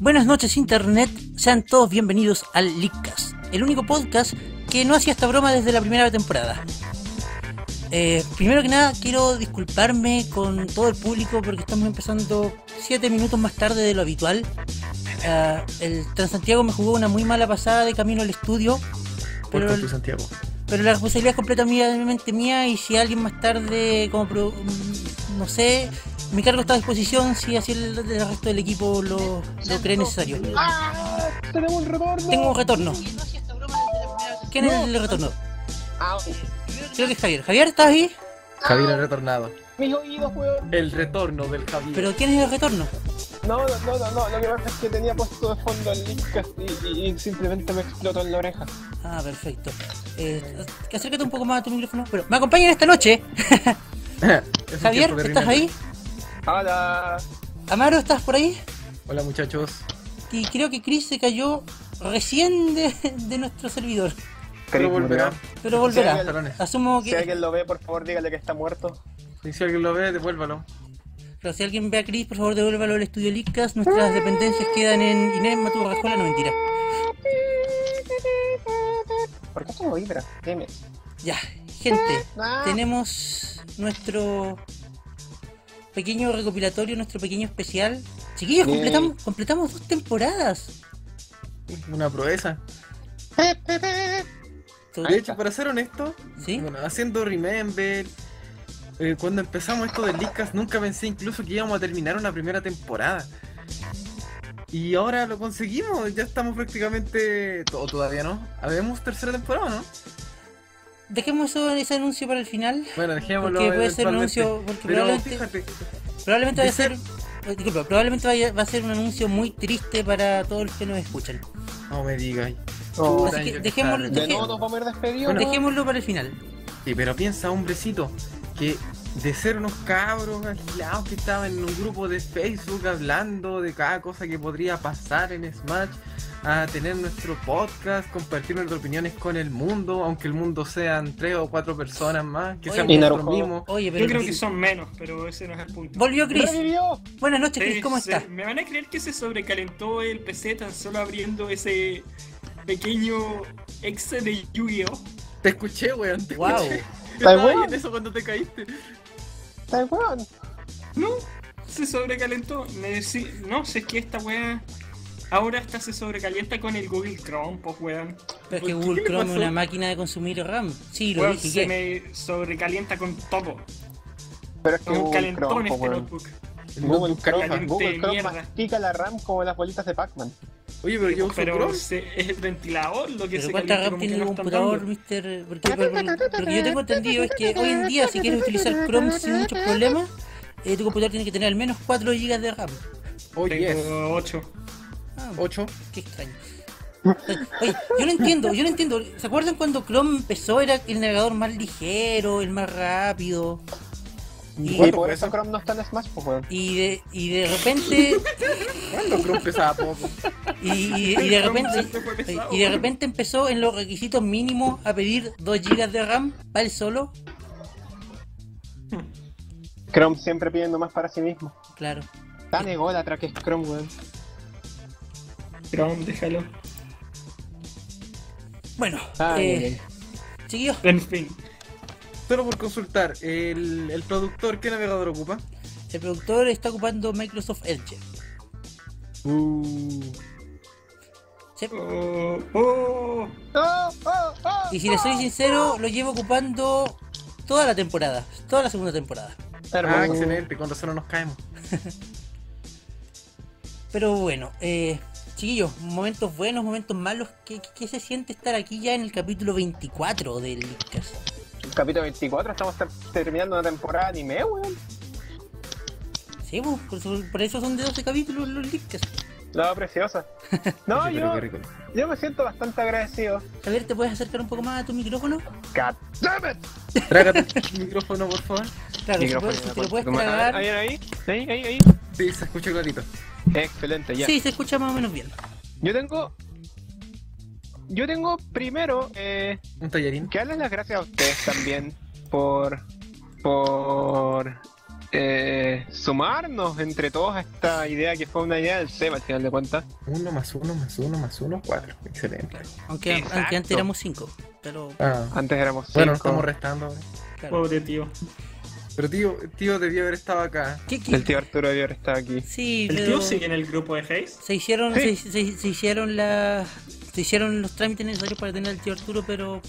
Buenas noches Internet, sean todos bienvenidos al Leakcast, el único podcast que no hacía esta broma desde la primera temporada. Eh, primero que nada quiero disculparme con todo el público porque estamos empezando 7 minutos más tarde de lo habitual. Ah, el Transantiago me jugó una muy mala pasada de camino al estudio, Por pero tanto, Santiago. pero la responsabilidad es completamente mía y si alguien más tarde, como pro- mm, no sé, mi cargo está a disposición si así el, el resto del equipo lo, lo cree necesario. ¡Ah! ¡Tenemos un retorno! Tengo un retorno. ¿Quién es el retorno? Ah, Creo que es Javier. Javier, ¿estás ahí? Javier ha retornado. mis oídos, weón. El retorno del Javier. Pero ¿quién es el retorno? No, no, no, no, no. Lo que pasa es que tenía puesto de fondo el Linkcast y, y- y simplemente me explotó en la oreja. Ah, perfecto. Eh, acércate un poco más a tu micrófono. Pero, ¿Me acompañan esta noche? Es un Javier, tiempo de ¿estás ahí? reinante. ¡Hala! Amaro, ¿estás por ahí? Hola muchachos. Y creo que Chris se cayó recién de, de nuestro servidor. Pero volverá. Pero Sí, volverá. pantalones. Asumo que... Si alguien lo ve, por favor, dígale que está muerto. Y si alguien lo ve, devuélvalo. Pero si alguien ve a Chris, por favor devuélvalo al estudio Lickas. Nuestras dependencias quedan en Inés Matur Rajola, no mentira. ¿Por qué esto no vibra? Dime. Ya, gente, Ah. tenemos nuestro pequeño recopilatorio, nuestro pequeño especial. Chiquillos, Bien. completamos, completamos dos temporadas. Una proeza. Ah, Tú- De hecho, para ser honesto, ¿Sí? bueno, haciendo Remember, eh, cuando empezamos esto del Leadcast, nunca pensé incluso que íbamos a terminar una primera temporada. Y ahora lo conseguimos, ya estamos prácticamente... O todavía no. Habemos tercera temporada, ¿no? Dejemos eso- ese anuncio para el final. Bueno, dejémoslo Porque puede ser un eventualmente. anuncio. Porque Pero probablemente, fíjate, probablemente vaya a de ser. ser- eh, disculpa, probablemente vaya- va a ser un anuncio muy triste para todos los que nos escuchan. no me digas. Oh, Puta, Así que yo dejémoslo- estaba- de nuevo nos vamos a ir despedidos. Bueno. Dejémoslo para el final. Sí, pero piensa, hombrecito, que de ser unos cabros aislados que estaban en un grupo de Facebook hablando de cada cosa que podría pasar en Smash, a tener nuestro podcast, compartir nuestras opiniones con el mundo, aunque el mundo sean tres o cuatro personas más, que Oye, sean y nosotros Naruto. mismos. Oye, pero. Yo creo que son menos, pero ese no es el punto. Volvió Chris. ¡Revivió! Buenas noches, Chris, ¿cómo Ustedes estás? se- ¿Me van a creer que se sobrecalentó el PC tan solo abriendo ese pequeño Excel de Yu-Gi-Oh? Te escuché, weón, te Wow. escuché. Está Estaba bueno. en eso cuando te caíste. ¡Está weón! No, se sobrecalentó. Me decí- no, sé es que esta weá ahora hasta se sobrecalienta con el Google Chrome, pues weón. Pero es que ¿Por qué Google le Chrome es pasó? una máquina de consumir RAM. Sí, lo Weón, dije. se ¿qué? me sobrecalienta con todo. Pero es que Con un Google calentón Chrome, po, este weón. notebook. Google Notebook Chrome, caliente Google de Chrome mierda. mastica la RAM como las bolitas de Pac-Man. Oye, pero yo uso Pero Chrome. se- es el ventilador lo que Pero se ¿cuánta calienta RAM como que tiene el no están computador, dando. mister? Porque por- por- lo que yo tengo entendido es que hoy en día, si quieres utilizar Chrome sin muchos problemas, eh, tu computador tiene que tener al menos 4 GB de RAM. Oye, Tengo 8. Ah, Oh, ocho. qué extraño. Oye, yo no entiendo, yo no entiendo. ¿Se acuerdan cuando Chrome empezó? Era el navegador más ligero, el más rápido. Y, Y ¿Cuánto por pesa? eso Chrome no está en Smash, pues weón. y de, y de repente ¿Cuándo Chrome pesaba poco? Y, y- y de repente y de repente empezó en los requisitos mínimos a pedir 2 GB de RAM para él solo. Chrome siempre pidiendo más para sí mismo. Claro. Tan ególatra que es Chrome, weón. Chrome, déjalo. Bueno, Ah, Ay, eh, ay, ay. chiquillos, En fin. Solo por consultar, el, el productor, ¿qué navegador ocupa? el productor está ocupando Microsoft Edge. Sí. Oh, oh. ¡Oh, oh, oh! Y si les soy sincero, lo llevo ocupando toda la temporada, toda la segunda temporada. Hermoso. Ah, excelente, con razón no nos caemos. Pero bueno, eh, chiquillos, momentos buenos, momentos malos. ¿Qué, qué- qué se siente estar aquí ya en el capítulo 24 del Leadcast? Capítulo 24, estamos ter- terminando una temporada de anime, weón. Sí, pues, por, eso- por eso son de 12 capítulos los Leadcasts. La preciosa. No, Oye, pero yo, qué rico. yo me siento bastante agradecido. Javier, ¿te puedes acercar un poco más a tu micrófono? God damn it. Trágate el micrófono, por favor. Claro, si, Micrófono puedes- en la si te lo puerta. puedes Toma, a ver, tragar. Ahí, ahí, ahí, ahí, ahí. Sí, se escucha clarito. Excelente, Ah, ya. Sí, se escucha más o menos bien. Yo tengo. Yo tengo primero eh, Un tallarín. que darles las gracias a ustedes también por. por. eh, sumarnos entre todos a esta idea que fue una idea del SEB al final de cuentas. Uno más uno más uno más uno, cuatro. Excelente. Aunque, Exacto. aunque antes éramos cinco. Pero, Ah, Antes éramos bueno, cinco. estamos restando. ahora. claro. Pobre tío. Pero tío, tío debió haber estado acá. ¿Qué- qué- El tío Arturo debió haber estado aquí. Sí, ¿El pero tío sigue en el grupo de Hayes? se hicieron, Sí. se, se- se hicieron la, se hicieron los trámites necesarios para tener al tío Arturo, pero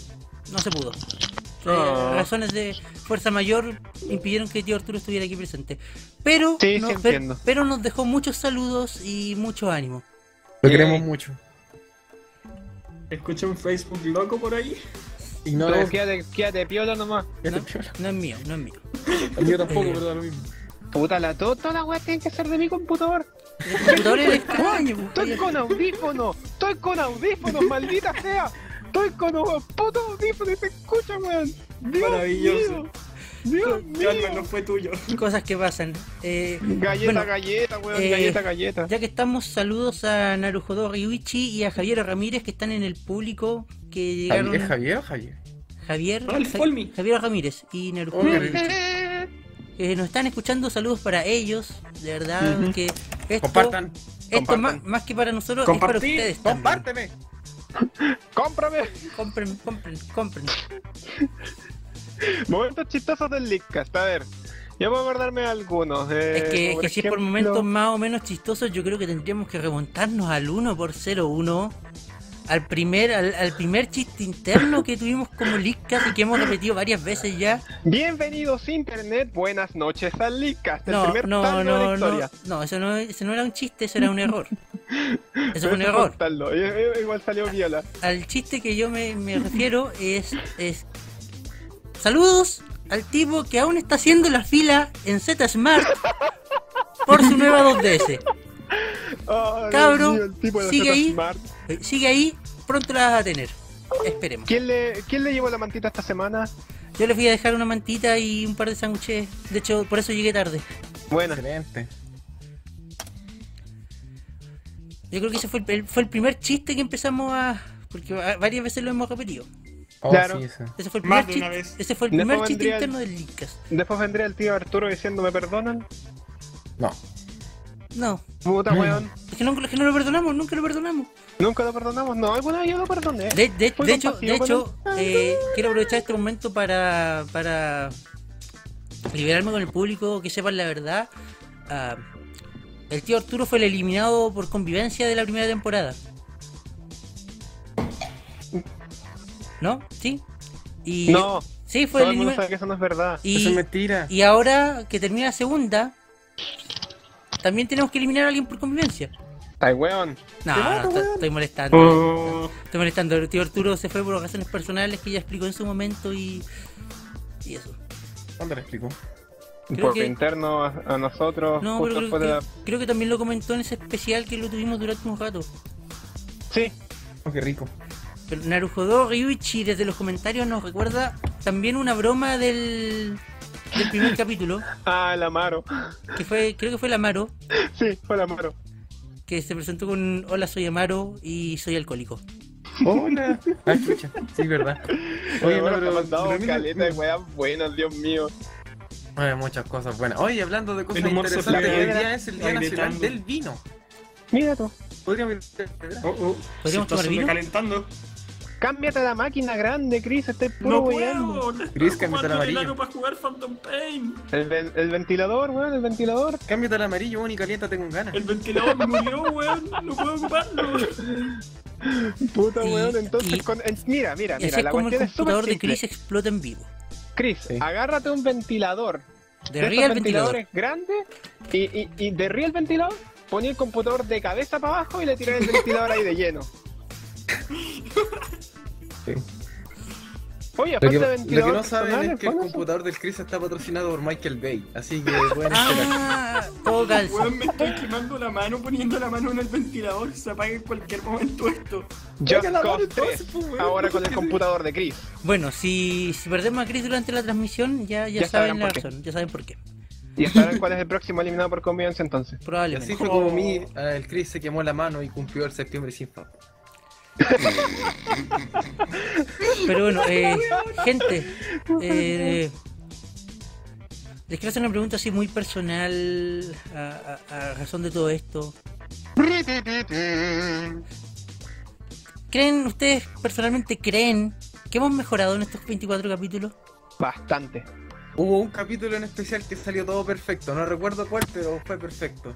no se pudo. Eh, Ah. Razones de fuerza mayor impidieron que tío Arturo estuviera aquí presente. Pero, Sí, sí no- per- entiendo. pero nos dejó muchos saludos y mucho ánimo. Lo Eh. queremos mucho. Escucho un Facebook loco por ahí. No, Ignora eso. quédate, quédate piola nomás. Este ¿no? piola. No es mío, no es mío. El mío tampoco, pero da lo mismo. Puta, la, to- toda la weá tiene que ser de mi computador. El computador era extraño, pues, Estoy con audífonos, estoy con audífonos, maldita sea. Estoy con unos putos audífonos y se escucha, weón. Dios Maravilloso. mío. Dios mío. Yo no fue tuyo. cosas que pasan. Eh, Galleta, bueno, galleta, weón, eh, galleta, galleta. Ya que estamos, saludos a Narujodo Ryuichi y a Javier Ramírez que están en el público que llegaron. ¿Es Javier o Javier? Javier, Ah, el Ja- Folmi. Javier Ramírez y Narujo. Oh, qué rico. que nos están escuchando, saludos para ellos, de verdad Ujú. que esto, Compartan. esto compartan. más, más que para nosotros Compartí, es para ustedes. también. Compárteme. ¡Cómprame! Compren, compren, compren. Momentos chistosos del Leadcast, a ver. Yo puedo acordarme de algunos. eh, es que, es como que si es por ejemplo, momentos más o menos chistosos, yo creo que tendríamos que remontarnos al 1 por 01 al primer, al, al primer chiste interno que tuvimos como Lickas y que hemos repetido varias veces ya. Bienvenidos Internet, buenas noches al Leadcast, el No, primer no, tardo de la no, no, historia. no, eso no, eso no era un chiste, eso era un error. Eso Pero fue un eso error. fue tardo, eh, eh, Igual salió viola. al chiste que yo me, me refiero es, es saludos al tipo que aún está haciendo la fila en Z Smart por su nueva 2DS. Ah, Dios Cabro, mío, el tipo de sigue Zeta ahí. Smart. Eh, Sigue ahí, pronto la vas a tener. Esperemos. ¿Quién le, ¿Quién le llevó la mantita esta semana? Yo les voy a dejar una mantita y un par de sándwiches. De hecho, por eso llegué tarde. Bueno, Excelente. Yo creo que ese fue el, el- fue el primer chiste que empezamos a... Porque va- varias veces lo hemos repetido. Oh, Claro. sí, eso. Ese fue el Más primer, de una chiste, vez. ese fue el Después primer chiste vendría el- interno del Linkas. después vendría el tío Arturo diciendo, ¿me perdonan? No. No, Puta Mm. weón, es que, no, es que no lo perdonamos, nunca lo perdonamos. nunca lo perdonamos. No, alguna vez yo lo perdoné. De, de- Fue de hecho, compasivo de con hecho él. eh, quiero aprovechar este momento para, para liberarme con el público, que sepan la verdad. Ah, el tío Arturo fue el eliminado por convivencia de la primera temporada. ¿No? ¿Sí? Y, No, Sí, fue todo el el mundo eliminado. sabe que eso no es verdad. Eso es Y, mentira. y ahora que termina la segunda, también tenemos que eliminar a alguien por convivencia. Ay, weón. No, no, estoy- estoy molestando. Oh, Estoy molestando, el tío Arturo se fue por razones personales que ya explicó en su momento y. y eso. ¿Dónde lo explico? Creo Porque que- interno a, a nosotros, No, Ah, pero justo creo después de que, la... creo que también lo comentó en ese especial que lo tuvimos durante un rato. Sí, Oh, qué rico. Pero Narujodo Ryuichi desde los comentarios nos recuerda también una broma del, del primer capítulo, ah, el Amaro. que fue, creo que fue el Amaro, Sí, fue el Amaro. que se presentó con Hola soy Amaro y soy alcohólico. Hola. Ah, chucha. Sí, verdad. Oye, el no, Amaro te ha pero. mandado pero mira- caleta de weas buenas, Dios mío. Oye, muchas cosas buenas. Oye, hablando de cosas El humor se interesantes, fue hoy día es el Día Nacional agrietando. del Vino. Mira tú. Podríamos ir a celebrar. oh, oh. Se ¿Podríamos está tomar vino? calentando. Cámbiate la máquina grande, Chris, estoy puro No weyando. puedo. Gris, Está camiseta jugando el amarilla. enano para jugar Phantom Pain. El, ven- el ventilador, weón, el ventilador. Cámbiate al amarillo, bueno, y calienta, tengo ganas. El ventilador murió, weón. No puedo ocuparlo. Puta Y- weón, entonces y- con. en- mira, mira, Y así mira, es la como el cuestión es súper computador de simple. Chris explota en vivo. Chris, Sí. agárrate un ventilador. De Derriba el estos ventilador. ventiladores grandes y, y, y derría el ventilador, ponía el computador de cabeza para abajo y le tiré el ventilador ahí de lleno. Sí. Oye, Lo que, aparte lo de que ventilador no saben personal, es que el bueno, computador del Chris está patrocinado por Michael Bay. Así que pueden esperar. Ah, todo calza. Weón, me estoy quemando la mano poniendo la mano en el ventilador. Se apaga en cualquier momento esto. Just Oiga, la Cause mano entonces, 3, pues, weón. ahora con el computador de Chris. Bueno, si, si perdemos a Chris durante la transmisión, ya, ya, Ya saben sabrán la por qué. razón, ya saben por qué. Y sabrán cuál es el próximo eliminado por convivencia entonces. Y Probablemente. así fue como mi, ah, el Chris se quemó la mano y cumplió el septiembre sin paz. Pero bueno, eh, gente, eh, Les quiero hacer una pregunta así muy personal a, a- a razón de todo esto. ¿Creen ustedes personalmente creen que hemos mejorado en estos 24 capítulos? Bastante. Hubo un capítulo en especial que salió todo perfecto. No recuerdo cuál, pero fue perfecto.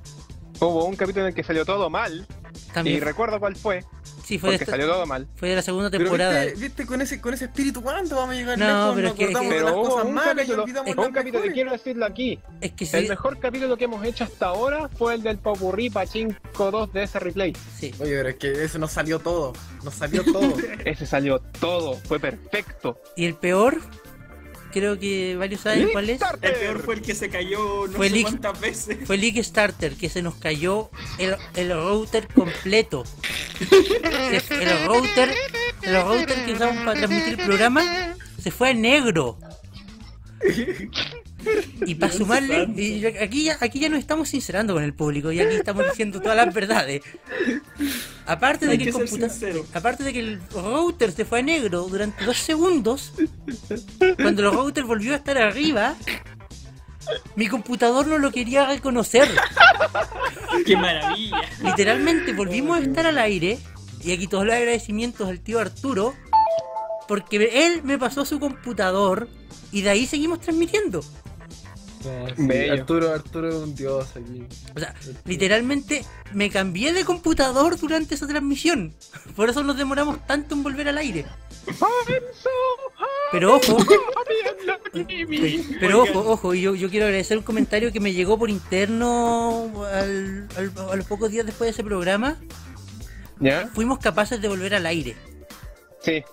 Hubo un capítulo en el que salió todo mal, y También. recuerdo cuál fue, sí, fue este- de, porque esta- salió todo mal. fue de la segunda Pero temporada. viste, viste con ese con ese espíritu cuándo vamos a llegar No, lejos, pero nos es que- acordamos de Pero las hubo cosas un malas y capítulo- olvidamos es las Un capítulo, mejores. quiero decirlo aquí, Es que sí, el mejor capítulo que hemos hecho hasta ahora fue el del Popurrí Pachinko 2 de ese replay. sí. Oye, pero es que eso nos salió todo. Nos salió todo. Ese salió todo, fue perfecto. Y el peor, creo que varios saben cuál es. El peor fue el que se cayó no Fue sé Lick. cuántas veces. Fue el Starter que se nos cayó el, el router completo. Se- el router, el router que usamos para transmitir el programa se fue a negro. Y para sumarle, y yo- aquí ya, aquí ya nos estamos sincerando con el público y aquí estamos diciendo todas las verdades. Aparte de Hay que, que el ser computa- sincero. aparte de que el router se fue a negro durante dos segundos, cuando el router volvió a estar arriba, mi computador no lo quería reconocer. ¡Qué maravilla! Literalmente volvimos a estar al aire. Y aquí todos los agradecimientos al tío Arturo. Porque él me pasó su computador. Y de ahí seguimos transmitiendo. Bello. Arturo, Arturo es un dios aquí. O sea, literalmente me cambié de computador durante esa transmisión. Por eso nos demoramos tanto en volver al aire. Pero ojo, pero Oigan. ojo, ojo, y yo, yo quiero agradecer un comentario que me llegó por interno al- al- a los pocos días después de ese programa. ¿Ya? Fuimos capaces de volver al aire. Sí.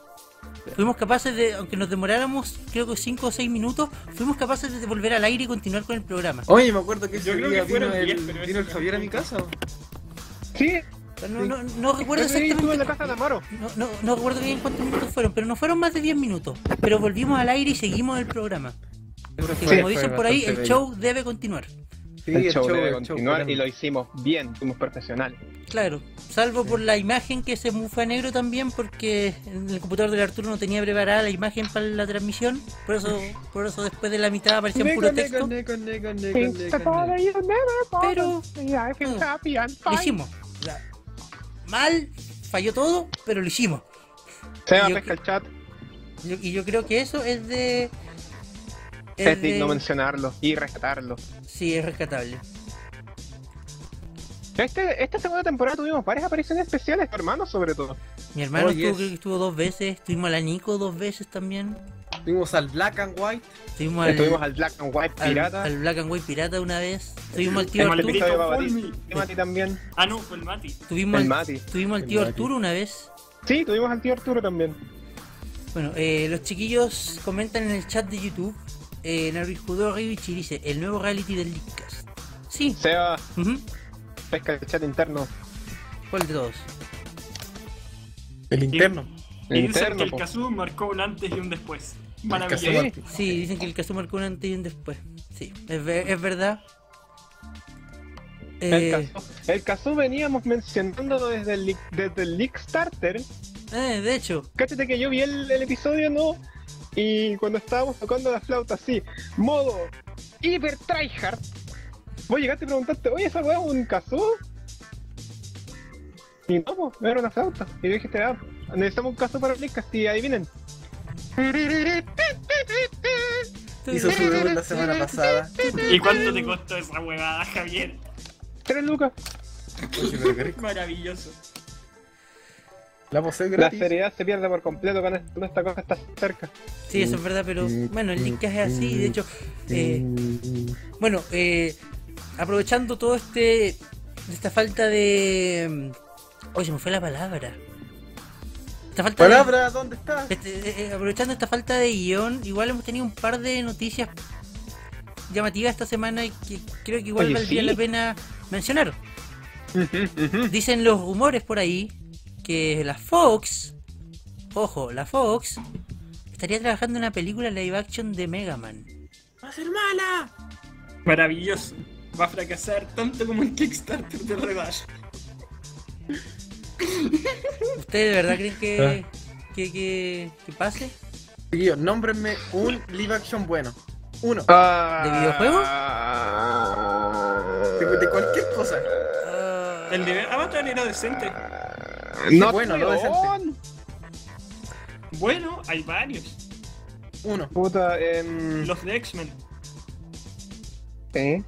Fuimos capaces de, aunque nos demoráramos creo que 5 o 6 minutos, fuimos capaces de volver al aire y continuar con el programa. Oye, me acuerdo que ese Yo creo día que fueron vino, diez, el, pero vino el eso- Javier a mi casa. Sí, No, no, no recuerdo ese día estuve en la exactamente. casa de Amaro. No, no, no recuerdo bien cuántos minutos fueron, pero no fueron más de 10 minutos. Pero volvimos al aire y seguimos el programa. Porque como dicen por ahí, el show debe continuar. Sí, el show debe el show, continuar pero- y lo hicimos bien, fuimos profesionales. Claro, salvo por la imagen que se mu- fue a negro también, porque en el computador del Arturo no tenía preparada la imagen para la transmisión. Por eso, por eso después de la mitad aparecía un puro texto. Nego, nego, nego, nego, Things nego, that nego. bother you never bothered Pero- me. I feel Mm. happy and Lo fine. hicimos. O sea, Mal, falló todo, pero lo hicimos. Seba Yo- pesca el chat, Yo- y yo creo que eso es de. es digno mencionarlo y rescatarlo. sí, es rescatable. Este, esta segunda temporada tuvimos varias apariciones especiales, tu hermano sobre todo. Mi hermano Oh, estuvo, yes. creo que estuvo dos veces. Tuvimos a la Nico dos veces también. Fuimos al Black and White. Tuvimos al, Estuvimos al Black and White al- Pirata, al Black and White Pirata una vez. Tuvimos al tío Tuvimos al Arturo. episodio de Fulmi. Babadook, y Mati también, Ah, no, fue el Mati. Tuvimos el al, Mati. tuvimos al El tío Mati. Arturo una vez. Sí, tuvimos al tío Arturo también. Bueno, eh, los chiquillos comentan en el chat de YouTube. Eh, Naruhidoro Ryuichi dice: El nuevo reality del Leadcast. Sí. Seba Ujú. pesca el chat interno. ¿Cuál de todos? El interno. Y dicen que Interno, el po. Kazoo marcó un antes y un después. Kazoo. Maravilloso. Sí, dicen que el caso marcó un antes y un después. Sí, es, ve- es verdad. El Eh, caso, el caso veníamos mencionándolo desde el, leak- desde el leak starter. eh, de hecho, Cáchate que yo vi el, el episodio, ¿no? Y cuando estábamos tocando la flauta así, modo hiper tryhard, vos llegaste y preguntaste, oye, ¿esa weá es un kazoo? Y no, pues, era una flauta. Y yo dijiste, ah, necesitamos un kazoo para Blitzcast y adivinen. Hizo su debut la semana pasada. ¿Y cuánto te costó esa huevada, Javier? Tres lucas. Oye, pero qué rico. Maravilloso. La posee La gratis. seriedad se pierde por completo con esta, con esta cosa, está cerca. sí, eso es verdad, pero bueno, el link es así. De hecho, eh, Mm. bueno, eh, aprovechando todo este. Esta falta de. mm, Oye, se me fue la palabra. Esta falta de- Palabra, ¿dónde estás? Este, eh, eh, aprovechando esta falta de guión, igual hemos tenido un par de noticias llamativas esta semana y que creo que igual Oye, valdría sí. la pena mencionar. Dicen los rumores por ahí que la Fox, ojo, la Fox estaría trabajando en una película live action de Mega Man. ¡Va a ser mala! Maravilloso. Va a fracasar tanto como el Kickstarter del rebaño. ¿Ustedes de verdad creen que, Ah. que, que- que pase? Chiquillos, nómbrenme un live action bueno. Uno. ¿De videojuegos? De, de cualquier cosa. Ah, El nivel Avatar era decente. No, bueno, bueno, no decente. Bueno, hay varios. Uno. Puta, em, Los de X-Men. ¿eh?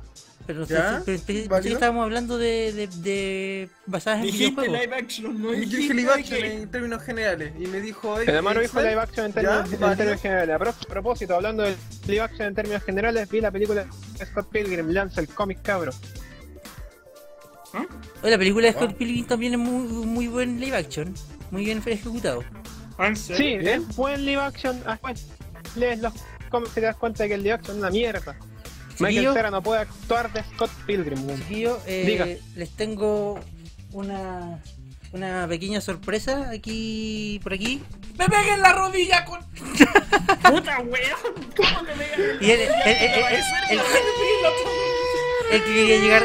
pero sí, ¿Ya? sí, pero- pero- pensé que ¿Válido? estábamos hablando de, de, de basadas en Dijiste videojuegos. live action, no Ah, Yo dijiste dije live action eh. que- en términos generales. Y me dijo. oye, El hermano dijo Excel, live action en ya, términos, en válido. términos generales. A pro- propósito, hablando de live action en términos generales, vi la película de Scott Pilgrim, lanza el cómic cabro. ¿Ah? Oye, la película de Scott Wow. Pilgrim también es muy, muy buen live action. Muy bien ejecutado. Ah, ¿en Sí, serio? es buen live action. ah, bueno, lees los cómics y te das cuenta de que el live action es una mierda. Michael Chiquillo. Cera no puede actuar de Scott Pilgrim. weón. Chiquillo, eh, Diga. les tengo una, una pequeña sorpresa aquí, por aquí. ¡Me pegué en la rodilla con. ¡Puta weón! ¿Cómo me pegué? Y el, el- el- el- el- el que quería llegar,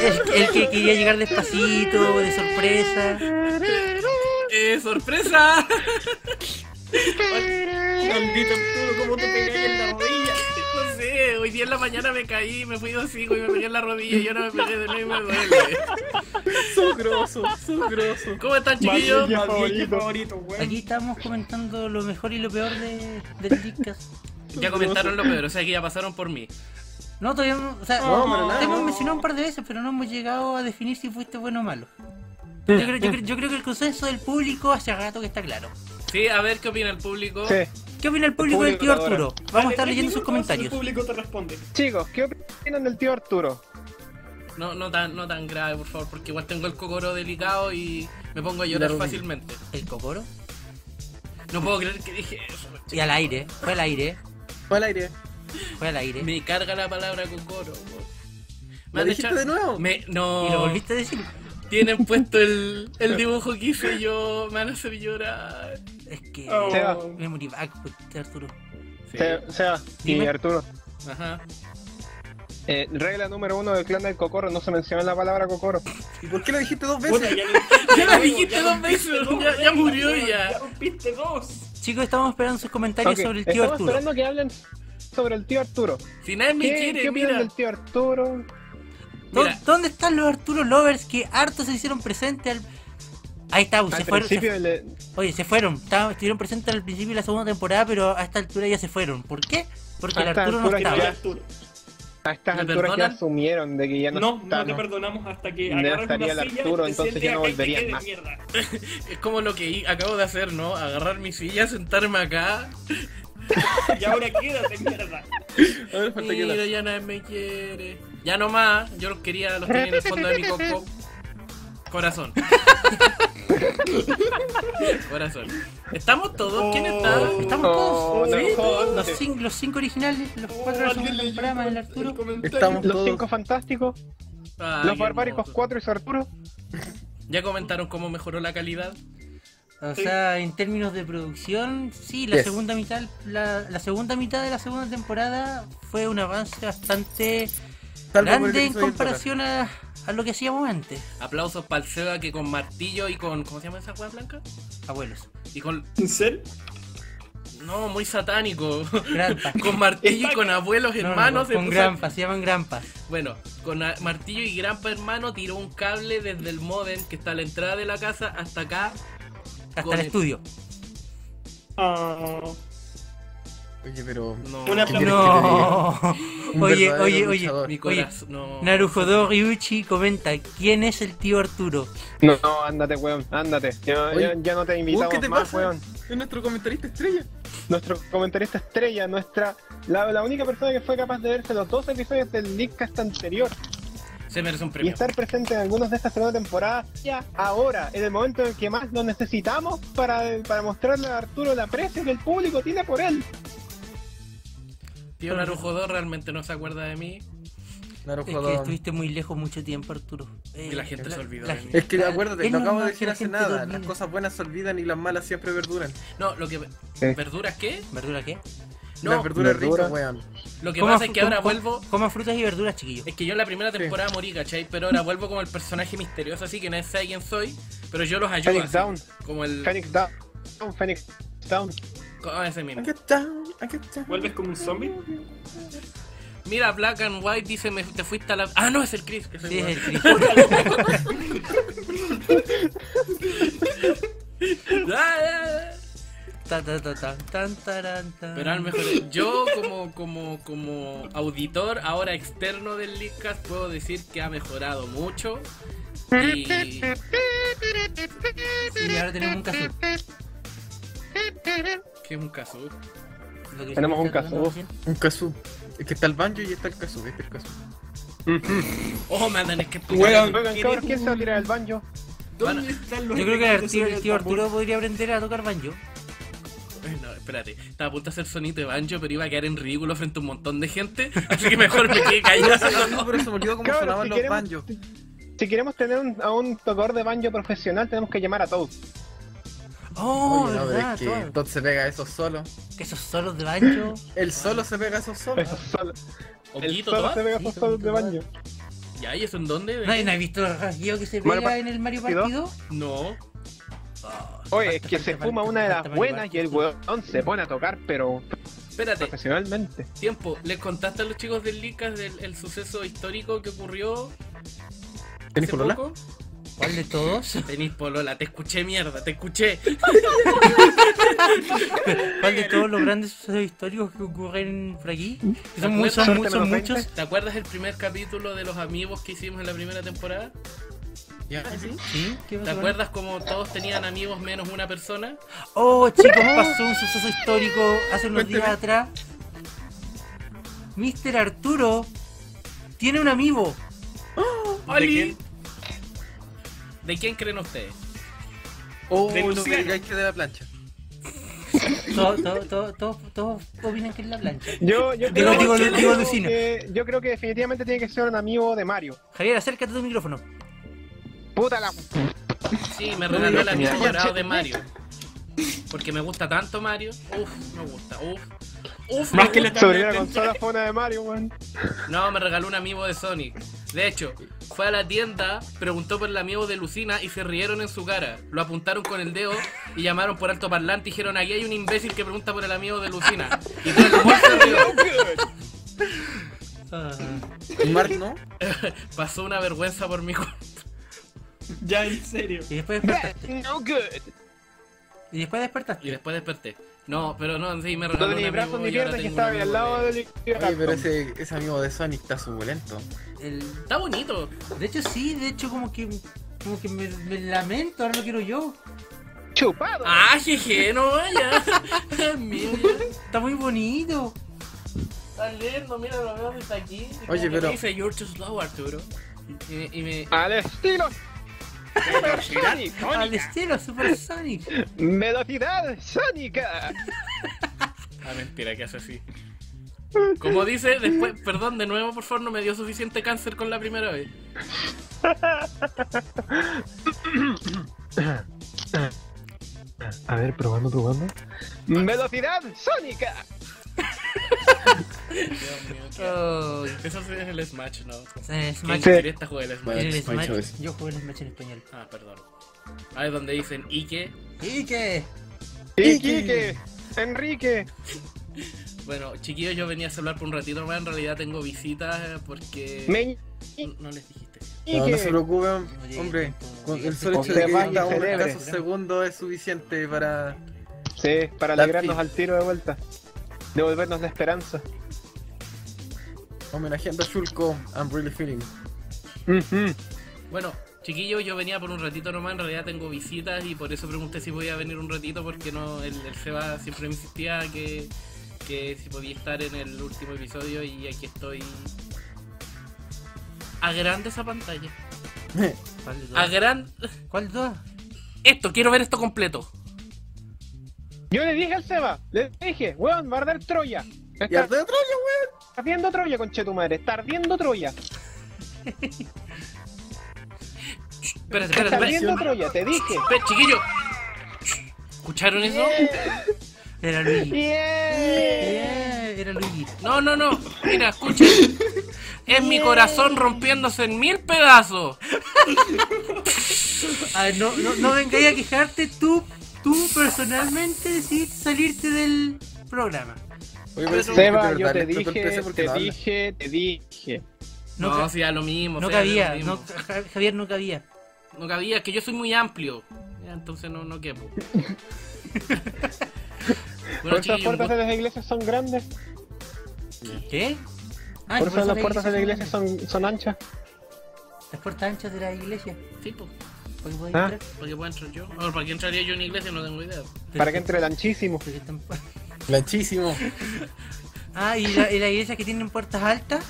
el, el que quería llegar despacito, de sorpresa. ¡Eh, sorpresa! Maldito culo, ¿cómo te pegué en la rodilla? No sé, hoy día en la mañana me caí, me fui de hocico y me pegué en la rodilla y ahora me pegué de nuevo y me duele. Sugroso, sugroso. ¿Cómo están, chiquillos? Maldito. Maldito favorito. favorito, weón. Aquí estamos comentando lo mejor y lo peor de, del Discast. Ya comentaron lo peor, o sea que ya pasaron por mí. No, todavía no, o sea, No, para nada, te hemos no. mencionado un par de veces, pero no hemos llegado a definir si fuiste bueno o malo. Yo creo, yo creo- yo creo que el consenso del público hace rato que está claro. Sí, a ver qué opina el público. Sí. ¿Qué opina el público del tío público te Arturo? Vamos a estar leyendo sus comentarios. El público te responde. Chicos, ¿qué opinan del tío Arturo? No, no, tan, no tan grave, por favor, porque igual tengo el cocoro delicado y me pongo a La llorar rodilla. fácilmente. El cocoro. No puedo creer que dije eso. Y al aire, fue al aire, Fue al aire. fue al aire. Me carga la palabra cocoro. po. ¿Lo han dijiste echado- de nuevo? Me- no. Y lo volviste a decir. Tienen puesto el, el dibujo que hice yo, me van a hacer llorar. Es que... Oh. Seba. Memory back, pues, tío Arturo. Sí. Se- Seba y Dime. Arturo. Ajá. Eh, regla número uno del clan del Cocoro, no se menciona la palabra Cocoro. ¿Y por qué lo dijiste dos Puta, veces? ya Ya la dijiste dos veces, rompiste ya- dos ya murió reglas, ya. Ya rompiste dos. Chicos, estamos esperando sus comentarios Ok, sobre el tío Estamos Arturo. esperando que hablen sobre el tío Arturo. Si nadie me ¿Qué, ¿qué quiere, opinan mira. del tío Arturo? ¿Dó- Mira. ¿Dónde están los Arturo Lovers que hartos se hicieron presentes al... Ahí está, se Al fueron, se principio le- Oye, se fueron, estaban- estuvieron presentes al principio de la segunda temporada, pero a esta altura ya se fueron. ¿Por qué? Porque A el esta Arturo no altura Mira, estaba. ya- Arturo. a estas ¿Me alturas ya perdonan? asumieron de que ya no, No, no están. te perdonamos hasta que Ya agarres una estaría silla el Arturo, y te entonces sientes ya no acá y te volverían quedes, más. mierda. Es como lo que hi- acabo de hacer, ¿no? Agarrar mi silla, sentarme acá. Y ahora quédate, mierda. Ahora falta que Mira, la- ya nadie me quiere. Ya nomás, yo los quería, los tenía en el fondo de mi coco. Corazón. Corazón. ¿Estamos todos? ¿Quién está? Oh. Estamos todos. no, Sí, no, todos. no. los, cin- los cinco originales, los Oh, cuatro de la segunda temporada más el Arturo. Estamos Los todos. cinco fantásticos, Ay, los qué barbáricos hermoso. 4 y su Arturo. ¿Ya comentaron cómo mejoró la calidad? O sea, en términos de producción, sí, la Yes. segunda mitad, la, la segunda mitad de la segunda temporada fue un avance bastante Salvo por el grande en episodio comparación a, a lo que hacíamos antes, Aplausos para el Seba que con martillo y con. ¿Cómo se llama esa hueá blanca? abuelos. Y con. ¿En serio? No, muy satánico. Grampa. con martillo y con abuelos No, no, hermanos. se con puso- grampas, se llaman grampas. Bueno, con a- martillo y grampa hermano tiró un cable desde el modem que está a la entrada de la casa hasta acá. Hasta Con el el- estudio. Ah, Oye, pero. No, Una mi ¿Qué quieres No. Un Oye, verdadero oye, oye, luchador. oye. corazón. No. Narujodo Ryuchi comenta, ¿quién es el tío Arturo? No, no, ándate, weón, ándate. Ya, Oye, ya- ya no te Uy, invitamos ¿Qué te más, pasa? weón. Es nuestro comentarista estrella. Nuestro comentarista estrella, nuestra la, la única persona que fue capaz de verse los dos episodios del Leadcast anterior Se merece un y premio. estar presente en algunos de esta segunda temporada ya ahora, en el momento en el que más lo necesitamos para, para mostrarle a Arturo el aprecio que el público tiene por él. Tío Narujodo realmente no se acuerda de mí. Claro, Es que estuviste muy lejos mucho tiempo, Arturo. Eh, Y la gente se olvidó de mí. Es que acuérdate, es lo acabo normal de que decir la hace gente nada. dormida. Las cosas buenas se olvidan y las malas siempre perduran. No, lo que. Sí. ¿Verduras qué? ¿Verdura qué? No, las verduras verdura. ricas, weón. Lo que Coma pasa es fru- que ahora coma- vuelvo. Coma frutas y verduras, chiquillos. Es que yo en la primera temporada morí, ¿cachai? Pero ahora vuelvo como el personaje misterioso, así que nadie sabe quién soy, pero yo los ayudo. Phoenix así, Down. Como el. Phoenix Down, Phoenix Down. Con ese mismo. Aquí está, aquí está. ¿Vuelves como un zombie? Mira, Black and White dice, me, te fuiste a la... Ah, no, es el Chris. Que soy Sí, es weón. el Chris. Ah, ah, ah. Ta, ta, ta, tan, tan, taran, tan. Pero a lo mejor yo como, como, como auditor ahora externo del Leadcast puedo decir que ha mejorado mucho. Y... Sí, ahora tenemos un caso. Que es un caso. Lo que Tenemos un está tocando caso. recién. Un kazoo. Es que está el banjo y está el kazoo. Este es el kazoo. Oh, me andan, es que Weón, Oigan, ¿quién cabros, es- ¿quién se va a tirar el banjo? ¿dónde están los Yo creo que el efectos tío, el del tío tambor? Arturo podría aprender a tocar banjo. No, espérate. Estaba a punto de hacer sonido de banjo, pero iba a quedar en ridículo frente a un montón de gente. Así que mejor me quedé callado. Ah, No, pero se me olvidó cómo Cabros, sonaban si los queremos- banjos. Si queremos tener un- a un tocador de banjo profesional, tenemos que llamar a Toad. Oh, Oye, no, pero verdad, es que todo. Todd se pega a esos solos. que esos solos de banjo. Él solo se pega a esos solos. Eso solo. ¿O El Quito, solo Toa? se pega Sí, esos son solos de Toad. banjo. ¿Ya? ¿Y eso en dónde? ¿No, hay- no has visto el rasgueo que se pega Mario Par- en el Mario ¿Partido? Party 2? No. Oh, Oye, es falta, que falta, se falta, fuma una de falta las Mario buenas Party. y el weón se pone a tocar, pero Espérate, profesionalmente. tiempo. ¿Les contaste a los chicos del Licas del el suceso histórico que ocurrió ¿Tenés hace polola? poco? ¿Cuál de todos? Tenis polola, te escuché mierda, te escuché. ¿Cuál de todos los grandes sucesos históricos que ocurren por aquí? Que son, Suerte mu- son, mu- menos son 20. muchos. ¿Te acuerdas el primer capítulo de los amigos que hicimos en la primera temporada? Ya. ¿Sí? ¿Qué ¿Te pasó? acuerdas como todos tenían amigos menos una persona? Oh, chicos, pasó un suceso histórico hace unos días Cuénteme. atrás. Mr. Arturo tiene un amigo. ¿De ¡Oli! quién? ¿De quién creen ustedes? Oh, De no Luciano. me digáis que de la plancha. Todos todo, todo, todo, todos opinan que es la plancha. Yo, yo, Digo- creo digo- que- digo Lucina. que- yo creo que definitivamente tiene que ser un amigo de Mario. Javier, acércate a tu micrófono. Puta la. Sí, me regaló el no, amigo no, morado de Mario. Porque me gusta tanto Mario. Uf, me gusta, uf. Uf, Más me que gusta. la Sobre la tablet. consola fue una de Mario, weón. No, me regaló un amigo de Sonic. De hecho, fue a la tienda, preguntó por el amigo de Lucina y se rieron en su cara. Lo apuntaron con el dedo y llamaron por alto parlante y dijeron, aquí hay un imbécil que pregunta por el amigo de Lucina. Y todo el humor se rió. Ah, Mark no. Pasó una vergüenza por mi culpa. Ya, en serio. y después despertaste. No good. Y después despertaste. Y después desperté. No, pero no, sí, me No regaló un tenía brazos amigo ni y ahora piernas que tengo un estaba amigo al lado de- del. Oye, pero ese, ese amigo de Sonic está suculento. El- Está bonito. De hecho, sí, de hecho, como que, como que me, me lamento, ahora lo quiero yo. Chupado. Ah, jeje, no vaya. Es mío ya. Está muy bonito. Está lindo, mira, lo veo desde aquí. Y como Oye, que pero- me Dice You're too slow, Arturo. Y me, y me- Al estilo. Super Sonic. Al estilo Super Sonic. Velocidad sónica. Ah, mentira, que hace así. Como dice, después, perdón, de nuevo, por favor, no me dio suficiente cáncer con la primera vez. A ver, probando, probando. Velocidad sónica. Dios mío, qué- Oh, Eso sí es el Smash, ¿no? se- ¿Quién Smash. quería esta juega del Smash? el Smash, Smash. Smash. Yo juego el Smash en español. Ah, perdón. Ah, es donde dicen Ike. ¿Y qué? Iquique. Enrique. Bueno, chiquillos, yo venía a hablar por un ratito nomás. En realidad tengo visitas eh, porque. Meñique. No- No les dijiste. No, no se preocupen, hombre. Con el solo hecho de que Observa y exista un celebre. escaso segundo es suficiente para. Sí, para Dar alegrarnos fin. al tiro de vuelta. Devolvernos la esperanza. Homenajeando a Shulko, I'm really feeling. Bueno, chiquillos, yo venía por un ratito nomás, en realidad tengo visitas y por eso pregunté si podía venir un ratito porque no el, el Seba siempre me insistía que, que si podía estar en el último episodio y aquí estoy. A grande esa pantalla. ¿Cuál de A todas? gran... ¿Cuál de todas? Esto, quiero ver esto completo. Yo le dije al Seba, le dije, weón, va a arder Troya. Y Está arde otro ardiendo Troya, conchetumadre, está ardiendo Troya. Espérate, Está espérate, espérate. ardiendo Troya, te dije. Espérate, chiquillos. ¿Escucharon eso? Era Luigi. Yeah. Eh, Era Luigi. No, no, no. Mira, escuchen. Es mi corazón rompiéndose en mil pedazos. Ah, no, no, no vengáis a quejarte tú tú personalmente decidiste salirte del programa. Oye, pero eso- Seba, de yo verdad, te esto dije, empecé porque te no habla. dije, te dije. No, No, ca- si da lo mismo. no si da lo cabía, mismo. no, Ja- Javier no cabía. No cabía, es que yo soy muy amplio. Ya, Entonces no, no quepo. Por bueno, eso las chiquillos, puertas un de gusto- las iglesias son grandes. ¿Qué? Ah, Por eso las la puertas de las iglesia iglesias son, son anchas. Las puertas anchas de la iglesia. Sí, po, Para que podáis Ah. Pues entrar. ¿Para qué pueda entrar yo? Ahora, ¿para qué entraría yo en una iglesia? No tengo idea. Pero Para que es entre el anchísimo. pero es tan- Lanchísimo. Ah, y la- y las iglesias que tienen puertas altas.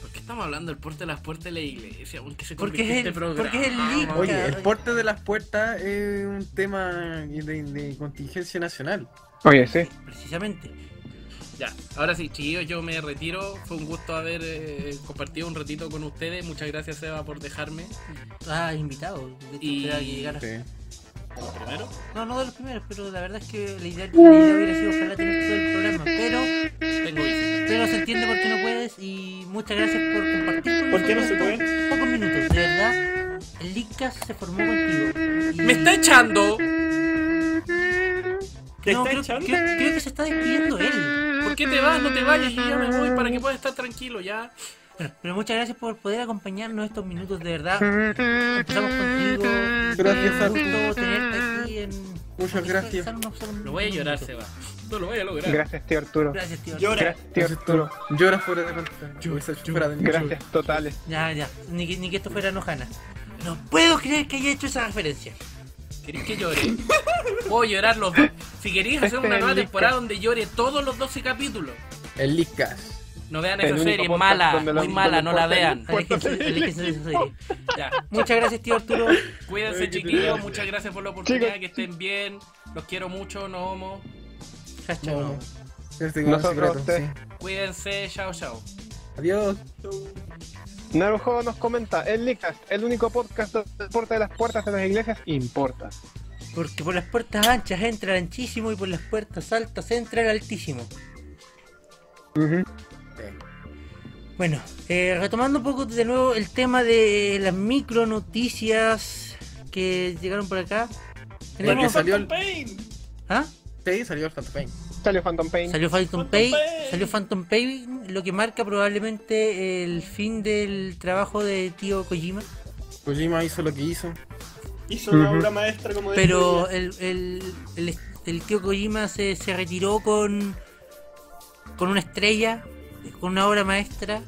¿Por qué estamos hablando del porte de las puertas de la iglesia? weón? ¿Qué se Porque es convirtió el- este programa? porque es el link. weón? Oye, el porte de las puertas es un tema de, de contingencia nacional. Oye, sí. Precisamente. Ya, ahora sí, chiquillos, yo me retiro. Fue un gusto haber eh, compartido un ratito con ustedes. Muchas gracias, Seba, por dejarme. Ah, invitado. De hecho, Y- esperaba que llegara. Sí. Como primero. No, no de los primeros, pero la verdad es que la idea, la idea hubiera sido ojalá tener todo el programa. Pero, Tengo visita. pero se entiende por qué no puedes y muchas gracias por compartir. con ¿Por qué no se nosotros puede? estos Pocos minutos, de verdad. El Linkcast se formó contigo. y- ¡Me está echando! ¿Te No, está creo, echando? creo- creo que se está despidiendo él. ¿Por qué te vas? No te vayas, yo ya me voy para que puedas estar tranquilo ya. Bueno, pero muchas gracias por poder acompañarnos estos minutos, de verdad. Empezamos contigo. Gracias a Un gusto ti. tenerte aquí en. Muchas aquí gracias. solo- solo- solo un Lo voy a llorar, minuto. Seba. No lo voy a lograr. Gracias, tío Arturo. Gracias, tío. Llora. Gracias, tío Arturo. Llora fuera de pantalla. Esa fuera de mi- Gracias, totales. Ya, ya. Ni que, ni que esto fuera Nojana. No puedo creer que haya hecho esa referencia. ¿Querés que llore? Puedo llorar los dos. Si queréis hacer Este una es nueva el temporada Lickcast. donde llore todos los 12 capítulos. El Lickas. No vean El esa único serie, podcast mala, donde lo- muy mala, no donde la cortan vean. Aléjense el- aléjense de esa serie. Ya. Muchas gracias, tío Arturo. Cuídense, Ay, qué chiquillos. terrible. Muchas gracias por la oportunidad. Chicos. Que estén bien. Los quiero mucho. Nos vemos. Hashtag No, no. Este es un Nosotros secreto, sí. Cuídense. Chao, chao. Adiós. Narujo nos comenta, el Licast, el único podcast donde porta de las puertas de las iglesias importa. Porque por las puertas anchas entra el anchísimo y por las puertas altas entra el altísimo. Bueno, eh, retomando un poco de nuevo el tema de las micro noticias que llegaron por acá. Porque Tenemos- salió el- Pain. ¿Ah? Sí, salió el Santa Fe. Salió Phantom Pain. Salió Phantom Phantom Pay, Pain. salió Phantom Pay, lo que marca probablemente el fin del trabajo de tío Kojima. Kojima hizo lo que hizo. Hizo una obra maestra como de Pero el, el, el- el tío Kojima se, se retiró con, con una estrella, con una obra maestra.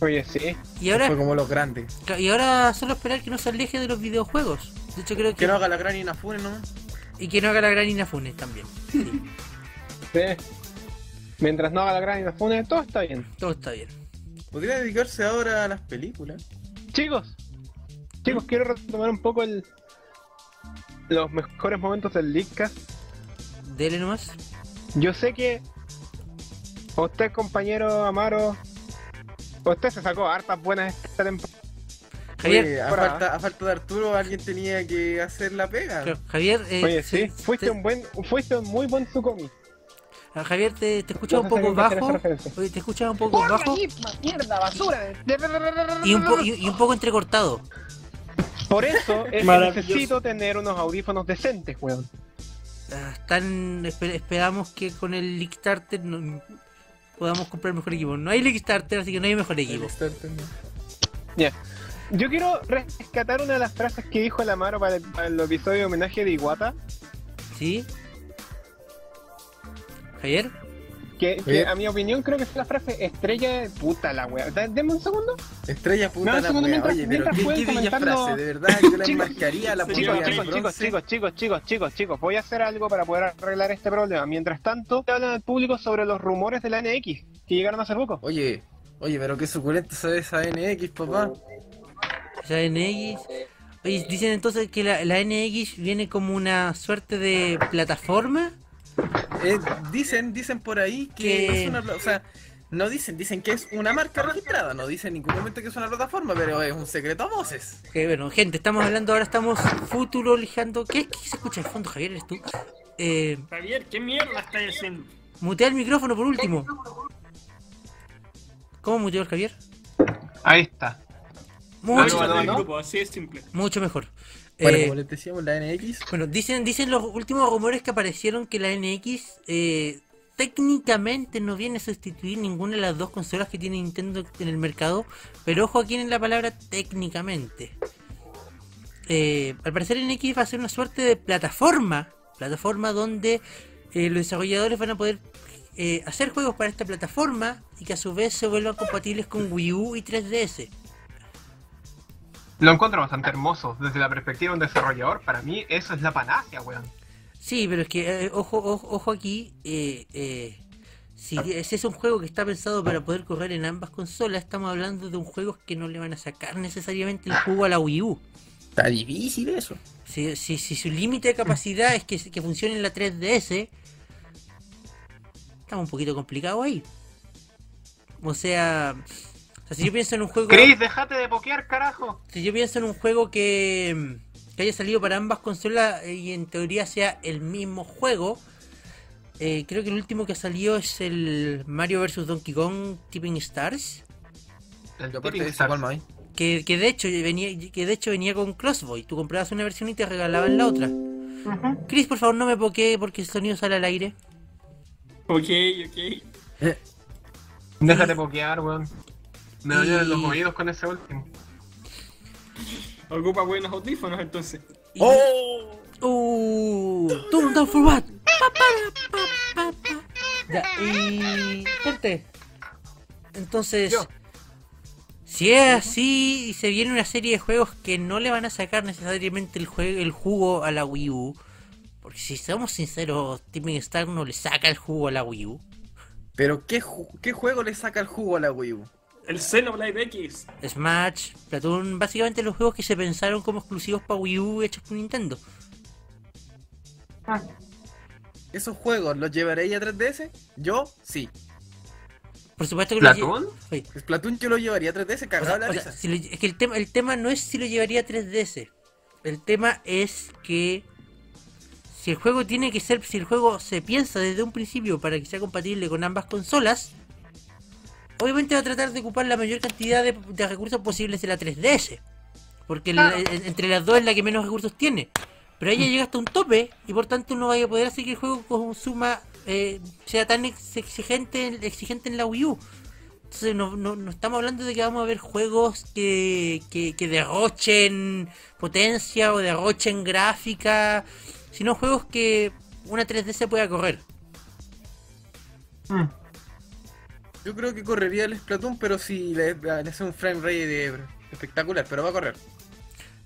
Oye, sí. Y ahora, Fue como los grandes. y ahora solo esperar que no se aleje de los videojuegos. De hecho creo Que que... no haga la gran Inafune nomás. Y que no haga la gran Inafune también. Sí, sí. Mientras no haga la gran inafune, todo está bien. todo está bien. Podría dedicarse ahora a las películas. Chicos, chicos, quiero retomar un poco el los mejores momentos del Licast. Dele nomás. Yo sé que a usted, compañero Amaro, usted se sacó hartas buenas esta temporada. Javier, Oye, a, Para. falta, a falta de Arturo, alguien tenía que hacer la pega. pero, Javier, eh, Oye, se- sí, fuiste te- un buen, fuiste un muy buen Tsukomi. Ah, Javier, te, te escuchaba un No sé si poco alguien quiere bajo. hacer referencia. Oye, te escuchaba un poco bajo mierda, basura. y un, po- y, y un poco entrecortado. Por eso es que Maravilloso. necesito tener unos audífonos decentes, weón. Ah, Están, esper- esperamos que con el Kickstarter no- podamos comprar mejor equipo. No hay Kickstarter, así que no hay mejor equipo. Yo quiero rescatar una de las frases que dijo el Amaro para el, para el episodio de homenaje de Iwata, ¿Sí? Javier, que, que Bien. a mi opinión creo que fue la frase estrella de puta la wea. Da- Deme un segundo. Estrella puta No, la segundo, wea. mientras- Oye, mientras pero qué, pueden qué bella comentarlo- frase, de verdad, yo la Chicos, enmarcaría a la chicos, pulga Chicos, de chicos, chicos, bronce. chicos, chicos, chicos, chicos, chicos, voy a hacer algo para poder arreglar este problema. Mientras tanto, te hablan al público sobre los rumores de la NX que llegaron hace poco. Oye, oye, pero qué suculenta se ve esa NX, papá. o sea, NX. Oye, dicen entonces que la, la NX viene como una suerte de plataforma. Eh, dicen, dicen por ahí que Que- es una pla- o sea, no dicen, dicen que es una marca registrada, no dicen en ningún momento que es una plataforma, pero es un secreto a voces. Que bueno, gente, estamos hablando ahora, estamos futurolijando. ¿Qué, ¿Qué se escucha de fondo, Javier? ¿Eres tú? Eh, Javier, ¿qué mierda estás haciendo? mutea el micrófono por último. ¿Cómo muteó el Javier? Ahí está. Mucho, Abandona no, el no. grupo, así es simple. mucho mejor. Bueno, Eh, como les decíamos, la NX. Bueno, dicen, dicen los últimos rumores que aparecieron que la NX eh, técnicamente no viene a sustituir ninguna de las dos consolas que tiene Nintendo en el mercado, pero ojo aquí en la palabra técnicamente. Eh, al parecer NX va a ser una suerte de plataforma, plataforma donde eh, los desarrolladores van a poder eh, hacer juegos para esta plataforma y que a su vez se vuelvan compatibles con Wii U y 3DS. Lo encuentro bastante hermoso. Desde la perspectiva de un desarrollador, para mí eso es la panacea, weón. Sí, pero es que, eh, ojo, ojo, ojo aquí, eh, eh, si, si es un juego que está pensado para poder correr en ambas consolas, estamos hablando de un juego que no le van a sacar necesariamente el jugo a la Wii U. Está difícil eso. Si, si, si su límite de capacidad es que, que funcione en la 3DS, estamos un poquito complicados ahí. O sea, o sea, si yo pienso en un juego... Chris, déjate de pokear, carajo. Si yo pienso en un juego que, mm, que haya salido para ambas consolas eh, y en teoría sea el mismo juego, eh, creo que el último que salió es el Mario vs. Donkey Kong Tipping Stars, El Yo aparte Tipping de ¿eh? eso, Stars. calma ahí. que, que de hecho venía, que de hecho venía con Crossboy. Tú comprabas una versión y te regalaban la otra. Chris, por favor, no me poquee porque el sonido sale al aire. Ok, ok. Déjate pokear, weón. Me dolieron Y- los oídos con ese último. Ocupa buenos audífonos entonces. Y- Oh, ¡Uh! ¡Turn down for what? Pa, pa, pa, pa, pa. Ya, y. Gente. Entonces. Yo. Si es así y se viene una serie de juegos que no le van a sacar necesariamente el, jue- el jugo a la Wii U. Porque si somos sinceros, Timmy Star no le saca el jugo a la Wii U. Pero ¿qué, ju- ¿qué juego le saca el jugo a la Wii U? El Xenoblade X. Smash, Platoon, básicamente los juegos que se pensaron como exclusivos para Wii U hechos por Nintendo. ¿Esos juegos los llevaré a 3DS? Yo sí. Por supuesto que los lle- ¿Platón? Oye, Splatoon yo lo llevaría a 3DS O sea, cagado la o sea, risa. si lo lle- es que el tema, el tema no es si lo llevaría a 3DS. El tema es que si el juego tiene que ser, si el juego se piensa desde un principio para que sea compatible con ambas consolas, obviamente va a tratar de ocupar la mayor cantidad de, de recursos posibles de la 3DS. Porque la- en- entre las dos es la que menos recursos tiene. Pero ella llega hasta un tope y por tanto no vaya a poder hacer que el juego consuma, eh, sea tan ex- exigente, exigente en la Wii U. Entonces no, no, no estamos hablando de que vamos a ver juegos que, que, que derrochen potencia o derrochen gráfica, sino juegos que una 3D se pueda correr. Yo creo que correría el Splatoon, pero si le, ah, le hace un frame rate de- espectacular, pero va a correr.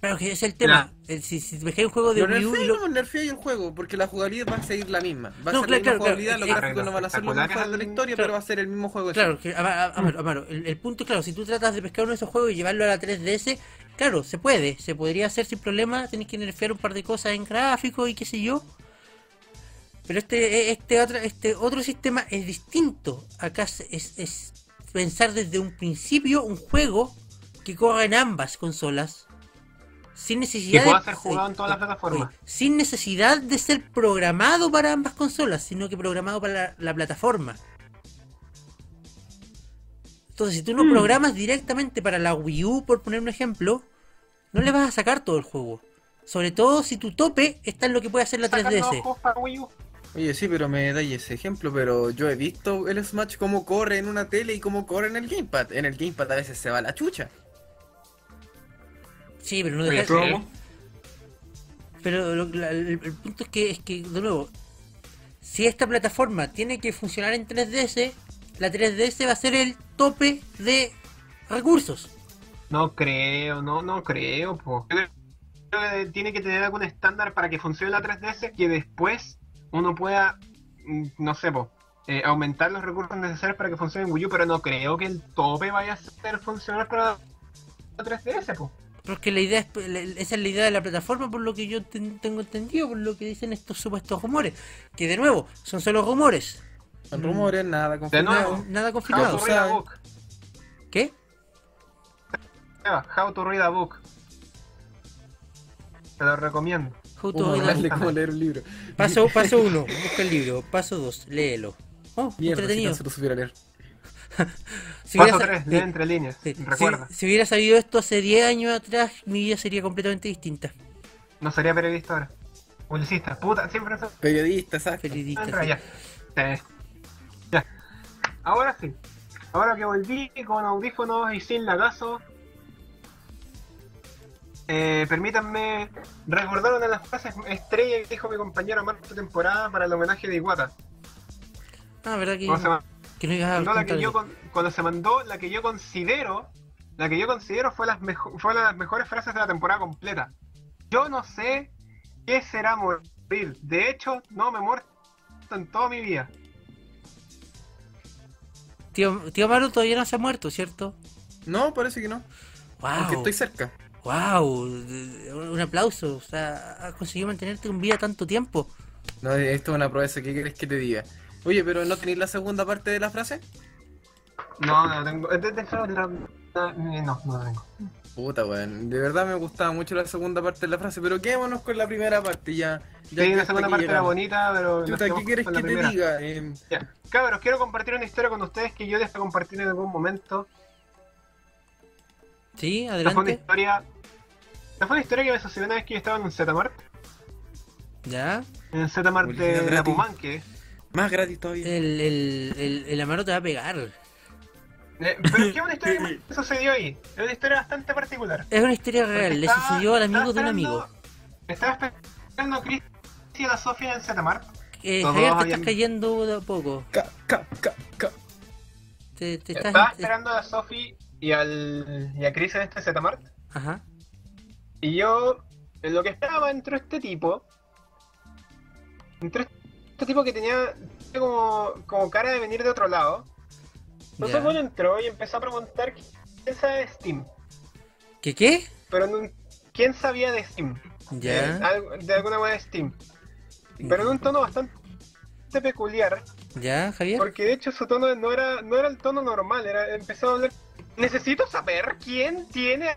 Claro que ese es el tema. El- si, si dejé un juego de Lo Wii U y nerfeé, lo- no, nerfeé el juego, porque la jugabilidad va a seguir la misma. Va a No, ser claro, la misma claro, claro. jugabilidad, los Exacto. gráficos no van a ser los mejores de la historia, Claro. pero va a ser el mismo juego. Claro, que, Ama- A- Amaro, Amaro, el, el punto es claro, si tú tratas de pescar uno de esos juegos y llevarlo a la 3DS, claro, se puede, se podría hacer sin problema, tenés que nerfear un par de cosas en gráfico y qué sé yo. Pero este, este otro, este otro sistema es distinto. Acá es, es- es pensar desde un principio un juego que corra en ambas consolas. Sin necesidad Que pueda de- ser jugado en todas las plataformas. sin necesidad de ser programado para ambas consolas, sino que programado para la, la plataforma. Entonces, si tú no programas directamente para la Wii U, por poner un ejemplo, no le vas a sacar todo el juego. Sobre todo si tu tope está en lo que puede hacer la Sacan los 3DS. juegos para Wii U. Oye, sí, pero me dais ese ejemplo, pero yo he visto el Smash cómo corre en una tele y cómo corre en el Gamepad. En el Gamepad a veces se va la chucha. Sí, pero no Oye, deja- Sí. Promo. Pero lo- la- el, el punto es que, es que, de nuevo, si esta plataforma tiene que funcionar en 3DS, la 3DS va a ser el tope de recursos. No creo, no, no creo, po. Yo creo que tiene que tener algún estándar para que funcione la 3DS que después uno pueda, mm, no sé, po, eh, aumentar los recursos necesarios para que funcione en Wii U, pero no creo que el tope vaya a ser funcionar para la 3DS, po. Pero es que la idea es, la- esa es la idea de la plataforma, por lo que yo ten- tengo entendido, por lo que dicen estos supuestos rumores. Que de nuevo, son solo rumores. Mm. Son rumores, nada nuevo. confirmado. Nada How confirmado. to read a saben. book. pues. ¿Qué? Seba, How to read a book. Te lo recomiendo. How to Como read a hablarle book. como leer un libro. Paso, paso uno, busca el libro. Paso dos, léelo. Oh, Mierda, si entretenido. tan solo supiera leer. Si Paso hubiera sa- 3, sí, lee entre líneas. sí. Si- Recuerda. si hubiera sabido esto hace 10 años atrás, mi vida sería completamente distinta. No sería periodista ahora. Publicista, puta, siempre eso. Periodista, exacto. Periodista. Ah, Entra ya. Sí. Ya. Ahora sí. Ahora que volví con audífonos y sin lagazo. eh, permítanme recordar una de las frases estrella que dijo mi compañero Marco temporada para el homenaje de Iguata. Ah, verdad que, ¿Cómo se llama? que no ibas a No, la contar que yo eso. con- cuando se mandó, la que yo considero, la que yo considero fue las mejo- fue una de las mejores frases de la temporada completa. Yo no sé qué será morir. De hecho, no me he muerto en toda mi vida. Tío, tío Maru todavía no se ha muerto, ¿cierto? No, parece que no. Aunque Wow. estoy cerca. Wow. Un aplauso. O sea, has conseguido mantenerte con vida tanto tiempo. No, esto es una proeza, ¿qué crees que te diga? Oye, pero ¿no tenéis la segunda parte de la frase? No, no tengo. Eh, De, de- de- de- eh, no, no tengo. Puta, weón. De verdad me gustaba mucho la segunda parte de la frase, pero quedémonos con la primera parte ya. ya Sí, que la hasta segunda aquí parte era llegamos. bonita, pero. nos Chuta, quedamos ¿qué quieres con la que te primera. diga? Eh, Ya. Cabros, quiero compartir una historia con ustedes que yo les voy a compartir en algún momento. Sí, Esta fue una adelante. historia. Esta fue una historia que me sucedió una vez que yo estaba en un Zmart. Ya. En el Zmart Publicidad de la gratis. Pumanque. más gratis todavía. El, el, el, el Amaro te va a pegar. Eh, pero es que es una historia que me sucedió ahí. Es una historia bastante particular. Es una historia Porque real. Le estaba- sucedió al amigo estaba de un esperando- amigo. Estaba esperando a Cristi y a la Sofía en el Zmart. Eh, Todos Javier, te habían- estás cayendo de a poco. Ca, ca, ca, ca. Te, te estás. Estaba esperando a la Sofi y, al, y a Chris en este Zmart. Ajá. Y yo, en lo que estaba, entró este tipo. Entró este tipo que tenía como, como cara de venir de otro lado. Entonces Ya. bueno, entró y empezó a preguntar quién sabe de Steam. ¿Qué qué? Pero no- quién sabía de Steam. Eh, Ya. algo- de alguna manera de Steam. Pero en un tono bastante peculiar. Ya, Javier. Porque de hecho su tono no era, no era el tono normal, era empezó a hablar. Necesito saber quién tiene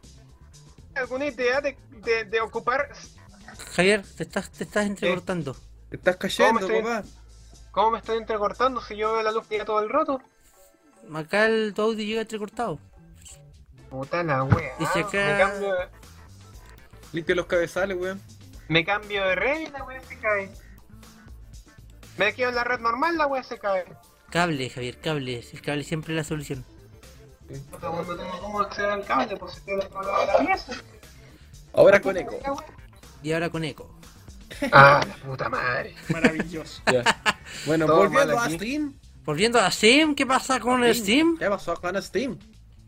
alguna idea de, de- de ocupar. Javier, te estás, te estás entrecortando. Te estás ¿Cómo cayendo, estoy? papá. ¿Cómo me estoy entrecortando si yo veo la luz que llega todo el rato? Acá el tu audio llega entrecortado. Puta la wea. Dice acá- Me cambio, de- Limpia los cabezales, weón. me cambio de red y la wea se cae. Me quedo en la red normal, la wea se cae. Cable, Javier, cable. El cable siempre es la solución. Puta, cuando tengo cómo acceder al cable, pues se queda al otro lado de la pieza. Ahora con eco. La wea. Y ahora con eco. Ah, la puta madre. Maravilloso. Ya. Bueno, Todo volviendo a mal aquí. Steam. Volviendo a Steam, ¿qué pasa con el Steam? ¿Qué pasó acá en Steam?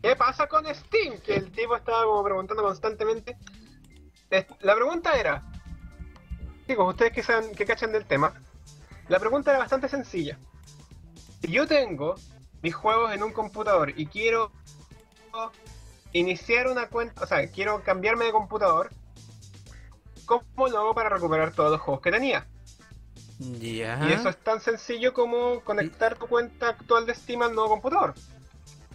¿Qué pasa con Steam? Que el tipo estaba como preguntando constantemente. Es- La pregunta era, chicos, ustedes que saben, que cachan del tema, la pregunta era bastante sencilla. Si yo tengo mis juegos en un computador y quiero iniciar una cuenta, o sea, quiero cambiarme de computador, ¿cómo lo hago para recuperar todos los juegos que tenía? Ya. Y eso es tan sencillo como conectar tu cuenta actual de Steam al nuevo computador.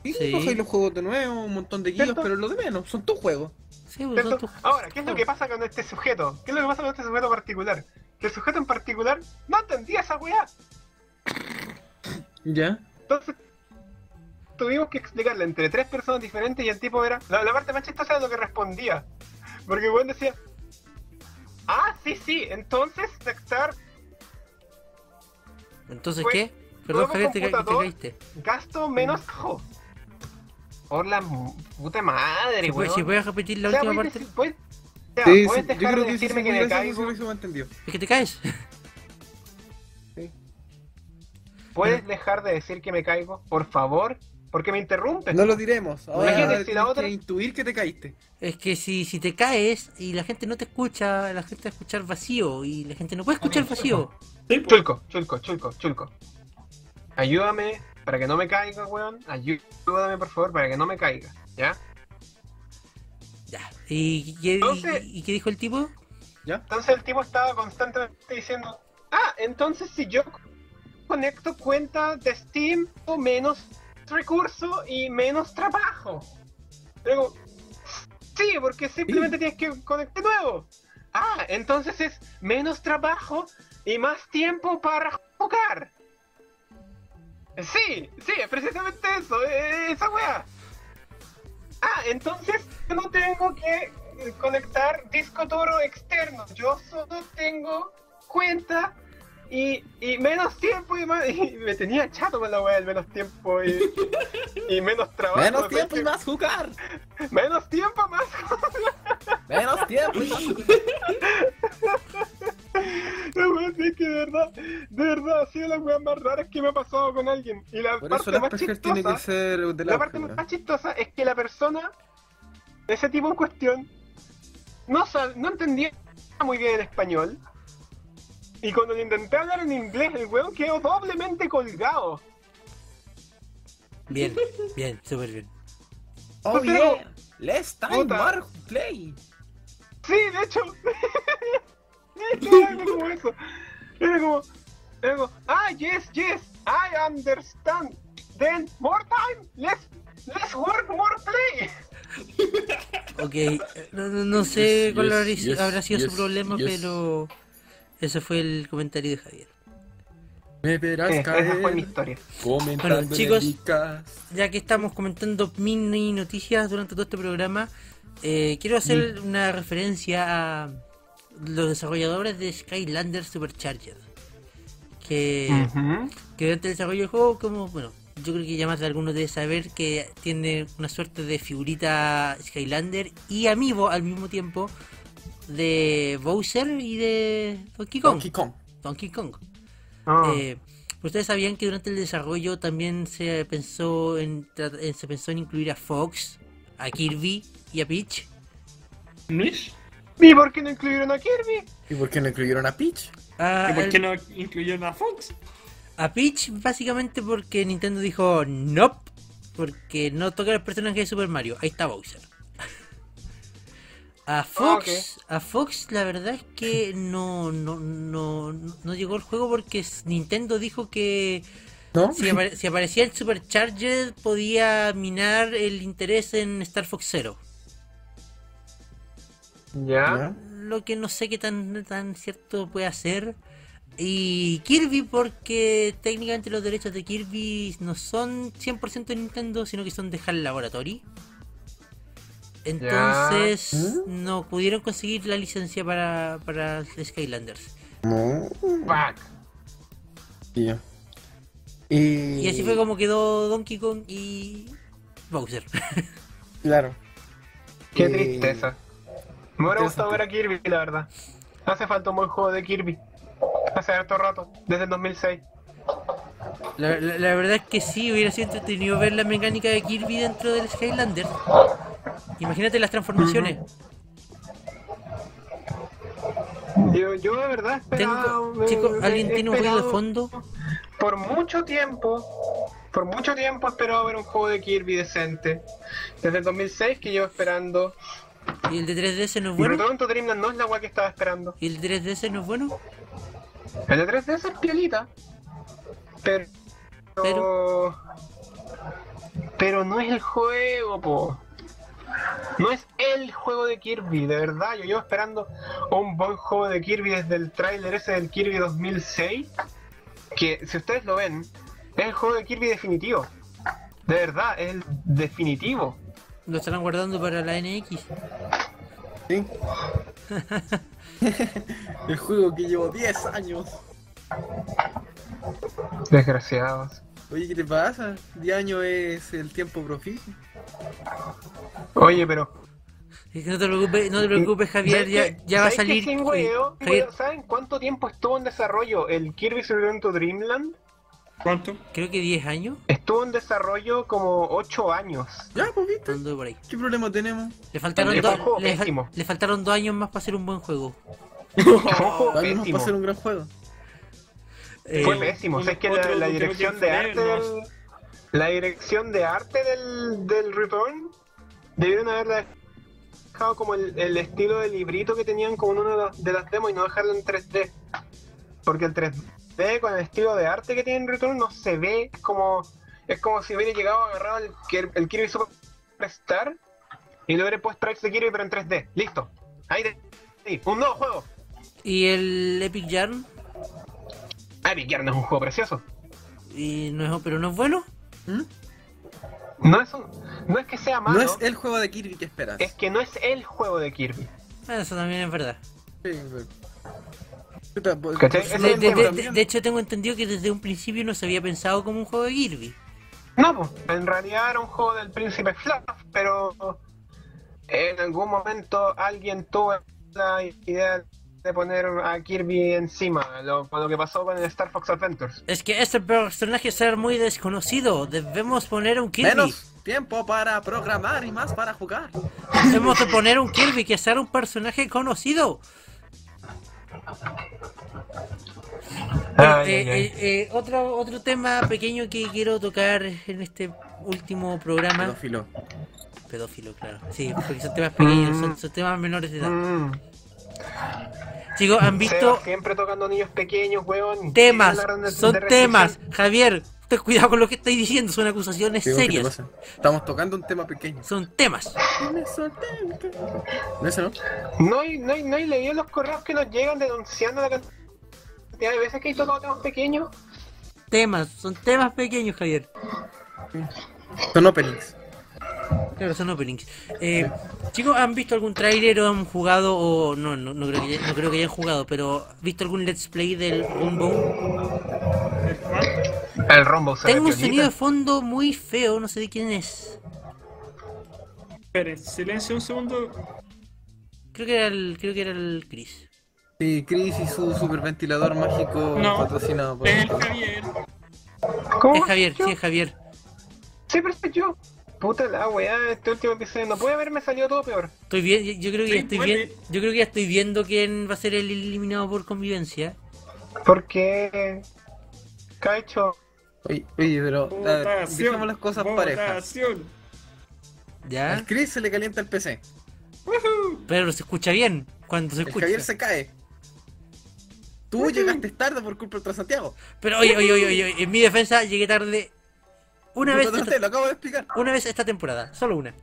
Sí, Sí. cogí los juegos de nuevo, un montón de guías, ¿Cierto? pero lo de menos, son tus juegos. Sí, pues, ¿Cierto? son tus- Ahora, ¿qué es lo que pasa con este sujeto? ¿Qué es lo que pasa con este sujeto particular? Que el sujeto en particular no entendía esa weá. Ya. Entonces, tuvimos que explicarle entre tres personas diferentes y el tipo era. La, la parte más chistosa era lo que respondía. Porque el weón decía. Ah, sí, sí, entonces detectar Entonces, Fue- ¿qué? Perdón, nuevo Javier, te, ca- te Pues, computador. caíste. gasto menos Mm. jo. Por la mu- puta madre, Si puedes, weón. si puedes repetir la O sea, última pues, puedes parte, decir- puedes- o sea, Sí, sí, puedes yo creo dejar de que si se decirme que me pudiera, eso caigo. se hubiese entendido. es que te caes. ¿Puedes dejar de decir que me caigo? Por favor, porque me interrumpes. No lo diremos. Ahora Imagínate si tienes la otra- que intuir que te caíste. Es que si, si te caes y la gente no te escucha, la gente va a escuchar vacío y la gente no puede escuchar vacío. Sí, pues, Chulco, chulco, chulco, chulco. Ayúdame para que no me caiga, weón. Ayúdame, por favor, para que no me caiga. ¿Ya? Ya. ¿Y qué, y- Entonces- y qué dijo el tipo? Entonces el tipo estaba constantemente diciendo, ah, entonces si yo conecto cuenta de Steam, o menos recurso y menos trabajo. Luego, sí, porque simplemente tienes que conectar de nuevo. Ah, entonces es menos trabajo y más tiempo para jugar. Sí, sí, es precisamente e-, eso, eh, esa weá. Ah, entonces yo no tengo que conectar disco duro externo. Yo solo tengo cuenta y, y menos tiempo y, más- y me tenía chato con la weá del menos tiempo y, y menos trabajo. Menos tiempo y más jugar. Menos tiempo más. Menos tiempo y más jugar. La weá es que de verdad, de verdad, ha sido la weá más rara que me ha pasado con alguien. Y la Por eso parte las más pescas chistosa. tienen que ser de La la parte más hoja. chistosa es que la persona, ese tipo en cuestión, no, sab- no entendía muy bien el español. Y cuando le intenté hablar en inglés, el weón quedó doblemente colgado. Bien, bien, súper bien. Oh Pero- yeah. Oh, Let's time Puta. more play. Sí, de hecho. de hecho, era como eso. Era como, era como, ah, yes, yes, I understand. Then, more time, let's, let's work more play. Ok, eh, no, no- no sé Yes, cuál yes, habrá, si- yes, habrá sido yes, su problema, yes. pero ese fue el comentario de Javier. Me verás Eh, esa fue eh. mi caer historia. Comentando Bueno, chicos. en el cast. Ya que estamos comentando mini noticias durante todo este programa, eh, quiero hacer una referencia a los desarrolladores de Skylander Supercharged. Que, que durante el desarrollo del juego, como bueno, yo creo que ya más de algunos debe saber que tiene una suerte de figurita Skylander y amigo al mismo tiempo de Bowser y de Donkey Kong. Donkey Kong. Donkey Kong. Ah. Eh, Ustedes sabían que durante el desarrollo también se pensó en tra- eh, se pensó en incluir a Fox, a Kirby y a Peach. ¿Mish? ¿Y por qué no incluyeron a Kirby? ¿Y por qué no incluyeron a Peach? A, ¿Y por qué no incluyeron a Fox? Ah, a Peach básicamente porque Nintendo dijo no, porque no toca los personajes de Super Mario. Ahí está Bowser. Ah, A Fox, a Fox la verdad es que no, no, no, no llegó el juego porque Nintendo dijo que ¿No? Si, apare- si aparecía el Supercharger, podía minar el interés en Star Fox Zero. Ya. Lo que no sé qué tan, tan cierto puede ser. Y Kirby, porque técnicamente los derechos de Kirby no son 100% de Nintendo, sino que son de HAL Laboratory. Entonces, no pudieron conseguir la licencia para, para Skylanders. No. Fuck. tío. Y... Y así fue como quedó Donkey Kong y Bowser. Claro. Qué Eh, tristeza. Me hubiera gustado interesante. ver a Kirby, la verdad. Hace falta un buen juego de Kirby. Hace harto rato, desde el 2006. La, la- la verdad es que sí, hubiera sido entretenido ver la mecánica de Kirby dentro del Skylander. Imagínate las transformaciones. Yo, yo de verdad esperaba... eh, Tengo, me- chicos, me- ¿alguien he tiene un ruido de esperado fondo? Por mucho tiempo, por mucho tiempo he esperado ver un juego de Kirby decente. Desde el 2006 que llevo esperando. ¿Y el de 3DS no es Y bueno? Return to Dreamland no es la weá que estaba esperando. ¿Y el 3DS no es bueno? El de 3DS es piolita. Pero... Pero... no es el juego, po. No es el juego de Kirby, de verdad. Yo llevo esperando un buen juego de Kirby desde el tráiler ese del Kirby 2006. Que, si ustedes lo ven, es el juego de Kirby definitivo. De verdad, es el definitivo. Lo estarán guardando para la NX. Sí. el juego que llevo 10 años. Desgraciados. Oye, ¿qué te pasa? 10 años es el tiempo proficio. Oye, pero... Es que No te preocupes, no te preocupes Javier, ¿Sabes ya, qué? ya va a ¿Sabes qué, salir. sin eh, hueveo? Javier, ¿Saben cuánto tiempo estuvo en desarrollo el Kirby Return to Dreamland? ¿Cuánto? creo que 10 años. Estuvo en desarrollo como 8 años. Ya, pues viste. ando por ahí. ¿Qué problema tenemos? Le faltaron, Es un dos Este juego le, fa- pésimo. le faltaron dos años más para hacer un buen juego. Fue un juego Vamos a pésimo. pasar un gran juego. Eh, Fue pésimo. O sea, es que la, Otro la que dirección no de tiene arte frenos. del, La dirección de arte del, del Return debieron haberla dejado como el, el estilo de librito que tenían como en una de las, de las demos y no dejarlo en 3D. Porque el 3D con el estilo de arte que tiene en Return no se ve como... Es como si hubiera llegado agarrado el, Kir- el Kirby Superstar y le hubiera puesto tracks de Kirby pero en 3D. Listo. Ahí te... sí, Un nuevo juego. y el Epic Yarn, Epic Yarn es un juego precioso. y no es, pero no es bueno. No es un, No es que sea malo, ¿Mm? No es el juego de Kirby que esperas. es que no es el juego de Kirby. Ah, Eso también es verdad. Sí, pero- Puta, pues- ¿Cachai? pues, Ese De, es no, el de- tema de- también. de hecho, tengo entendido que desde un principio no se había pensado como un juego de Kirby. No, po, en realidad era un juego del príncipe Fluff, pero en algún momento alguien tuvo la idea de poner a Kirby encima, lo, con lo que pasó con el Star Fox Adventures. Es que este personaje ser muy desconocido. Debemos poner un Kirby. Menos tiempo para programar y más para jugar. Debemos de poner un Kirby que sea un personaje conocido. Ay, Eh, ay, ay. eh, eh, otro, otro tema pequeño que quiero tocar en este último programa. Pedófilo. Pedófilo, claro. Sí, porque son temas pequeños, son, son temas menores de edad. Mm. Chicos, han Seba visto siempre tocando niños pequeños, weón. temas, Tiene una orden son de restricción. temas. Javier, ten cuidado con lo que estáis diciendo, son acusaciones Digo, ¿qué te serias. pasa? Estamos tocando un tema pequeño. Son temas. ¿No ese no? No hay, no, hay, no hay leído los correos que nos llegan denunciando la cantidad de veces que he tocado temas pequeños. Temas, son temas pequeños, Javier. Son openings. Claro, son openings. Eh, chicos, ¿han visto algún tráiler o han jugado o no, no, no creo que ya- no creo que hayan jugado, pero ¿visto algún let's play del Rumble? El rombo se Tengo un repiolita. sonido de fondo muy feo, no sé de quién es. Esperen, silencio un segundo. Creo que era el, creo que era el Chris. Sí, Chris y su superventilador mágico No. patrocinado por. Es el Javier. ¿Cómo? Es Javier, Oh, Yo- sí es Javier. Siempre soy yo. Puta la weá, este último episodio no puede haberme salido todo peor. Estoy bien, yo- yo creo que Sí, ya estoy puede. bien, yo creo que ya estoy viendo quién va a ser el eliminado por convivencia. Porque. Cacho. Oye, oye, pero. a ver, Votación. dejemos las cosas parejas. Votación. ¿Ya? Al Chris se le calienta el PC. Woohoo. Pero se escucha bien cuando se El escucha. Javier se cae. Tú llegaste tarde por culpa del Santiago. Pero oye, oye, oye, oye, en mi defensa llegué tarde una vez esta- lo acabo de explicar. una vez esta temporada, solo una.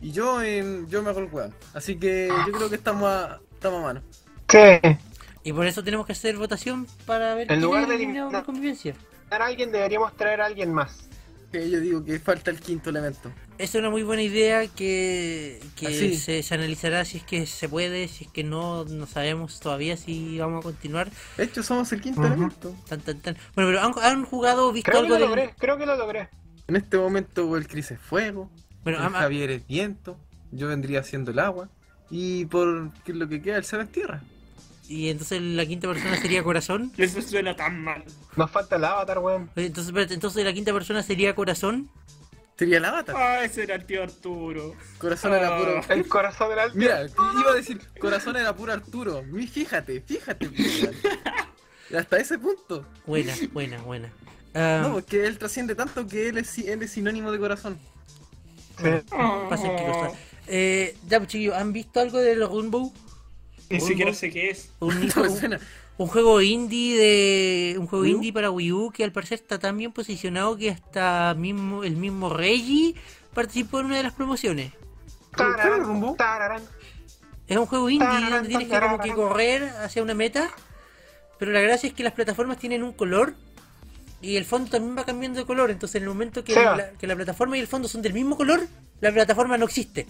Y yo, eh, yo me hago el weón. Así que yo creo que estamos a, estamos a mano. Sí. Y por eso tenemos que hacer votación para ver En lugar es de eliminado por eliminar- convivencia. Traer a alguien deberíamos traer a alguien más. Que yo digo que falta el quinto elemento. Es una muy buena idea que, Ah, que Así. se, se analizará si es que se puede, si es que no, no sabemos todavía si vamos a continuar. De hecho, somos el quinto Ujú. elemento. Tan, tan, tan. Bueno, pero han, han jugado, visto Creo que algo lo del- logré, creo que lo logré. En este momento el Chris es fuego, Bueno, el han- Javier es viento, yo vendría siendo el agua. Y por que lo que queda, el ser es tierra. y entonces la quinta persona sería corazón. Eso suena tan mal. Nos falta el avatar, weón. Oye, Entonces, espérate, entonces la quinta persona sería corazón. Sería el avatar. Ah, ese era el tío Arturo. Corazón era Ah. puro. El corazón del alto. Mira, iba a decir, corazón era puro Arturo. Mi- Fíjate, fíjate. fíjate. Hasta ese punto. Buena, buena, buena. Ah, No, porque él trasciende tanto que él es, si- él es sinónimo de corazón. pasa que lo Oh. está. Eh, ya, pues, chiquillos, ¿han visto algo de los Rainbow? Ni Un siquiera bo- sé qué es. Un, No me suena. Un juego indie de un juego ¿Wii U? indie para Wii U que al parecer está tan bien posicionado que hasta mismo el mismo Reggie participó en una de las promociones. ¿Qué rumbo? Tararán, tararán. Es un juego indie Tararán, donde tienes que como que tararán. correr hacia una meta, pero la gracia es que las plataformas tienen un color y el fondo también va cambiando de color, entonces en el momento que, Seba. la, que la plataforma y el fondo son del mismo color, la plataforma no existe.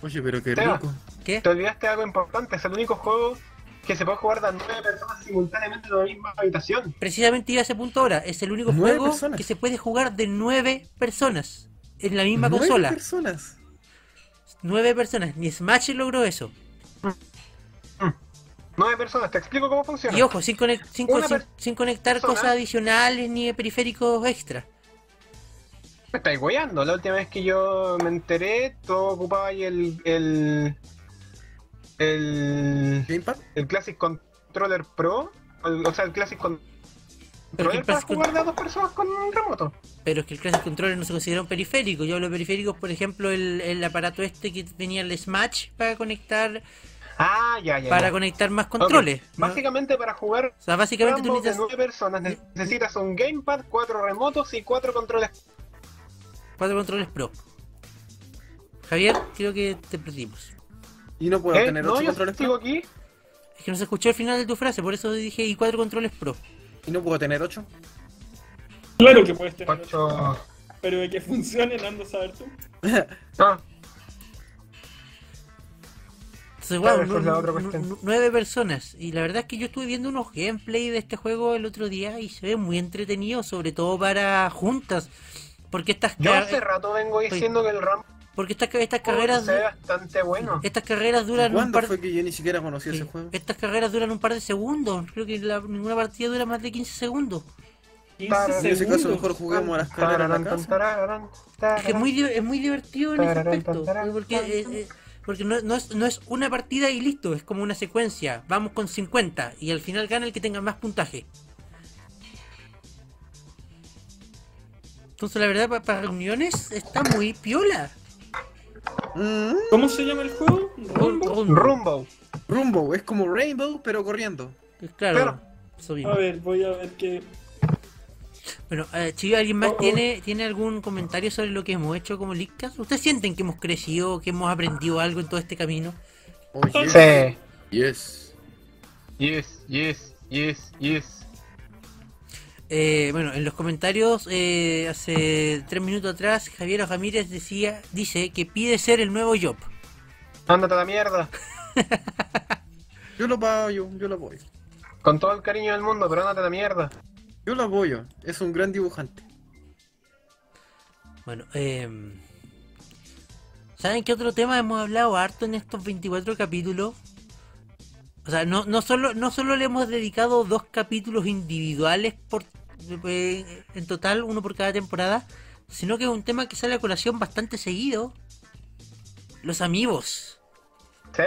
Oye, pero qué Seba. rico. ¿Qué? Te olvidaste de algo importante, es el único juego que se puede jugar de a nueve personas simultáneamente en la misma habitación. Precisamente iba a ese punto ahora, es el único Nueve juego personas. que se puede jugar de nueve personas en la misma Nueve consola. personas. Nueve personas, ni Smash logró eso. Nueve personas, te explico cómo funciona. Y ojo, sin, conec- sin, Una sin- per- sin conectar persona. cosas adicionales ni periféricos extra. Me estáis guayando. La última vez que yo me enteré, tú ocupabas ahí el. el. el. Gamepad. el Classic Controller Pro. el- o sea, el Classic Pero que, Controller el para Classic Con- jugar de a dos personas con un remoto. pero es que el Classic Controller no se considera un periférico. Yo hablo de periféricos, por ejemplo, el, el aparato este que tenía el Smash para conectar Ah, ya, ya. para ya. conectar más Ok. controles. ¿no? Básicamente, para jugar. O sea, básicamente tú Ambos de necesitas nueve personas ne- necesitas un gamepad, cuatro remotos y cuatro controles. cuatro controles pro. Javier, creo que te perdimos. Y no puedo ¿Eh? tener No, ocho yo controles sigo pro. aquí. Es que no se escuchó el final de tu frase, por eso dije y cuatro controles pro. Y no puedo tener ocho. Claro que puedes tener. Ocho. Pero de que funcione, lo ando a saber tú. Ah, Entonces, Claro, wow, esa es la otra nu- cuestión. nu- nueve personas. Y la verdad es que yo estuve viendo unos gameplay de este juego el otro día y se ve muy entretenido, sobre todo para juntas. Porque estas, yo car- hace rato vengo diciendo que el Rambo porque estas, ca- estas carreras se ve bastante bueno. estas carreras duran un ¿Cuándo par fue que yo ni siquiera conocí sí, Este ese juego? estas carreras duran un par de segundos. Creo que la- ninguna partida dura más de 15 segundos. 15 Claro, En ese caso segundos. mejor juguemos a las carreras de Tararán, la tan, casa. tararán, Es que es muy, di- es muy divertido en ese Tararán, aspecto. tararán, Porque, eh, eh, porque no, no es, no es una partida y listo, es como una secuencia. Vamos con 50 y al final gana el que tenga más puntaje. Entonces la verdad pa- para reuniones está muy piola. Mm, ¿Cómo se llama el juego? ¿Rumbo? Rum- rum- Rumbo. Rumbo, es como Rainbow, pero corriendo. Claro, Claro. eso mismo. A ver, voy a ver qué. Bueno, eh, si alguien más Oh, oh. tiene, tiene algún comentario sobre lo que hemos hecho como Lickcast, ¿ustedes sienten que hemos crecido, que hemos aprendido algo en todo este camino? Oh, Sí. yes. Yes, yes, yes, yes. Eh, bueno, en los comentarios eh, hace tres minutos atrás Javier Ramírez decía, dice que pide ser el nuevo Job. Ándate a la mierda. Yo lo apoyo, yo lo apoyo. Con todo el cariño del mundo, pero ándate a la mierda. Yo lo apoyo, es un gran dibujante. Bueno, eh, ¿saben qué otro tema hemos hablado harto en estos 24 capítulos? O sea, no, no solo no solo le hemos dedicado dos capítulos individuales por eh, en total, uno por cada temporada, sino que es un tema que sale a colación bastante seguido. Los amigos. Sí.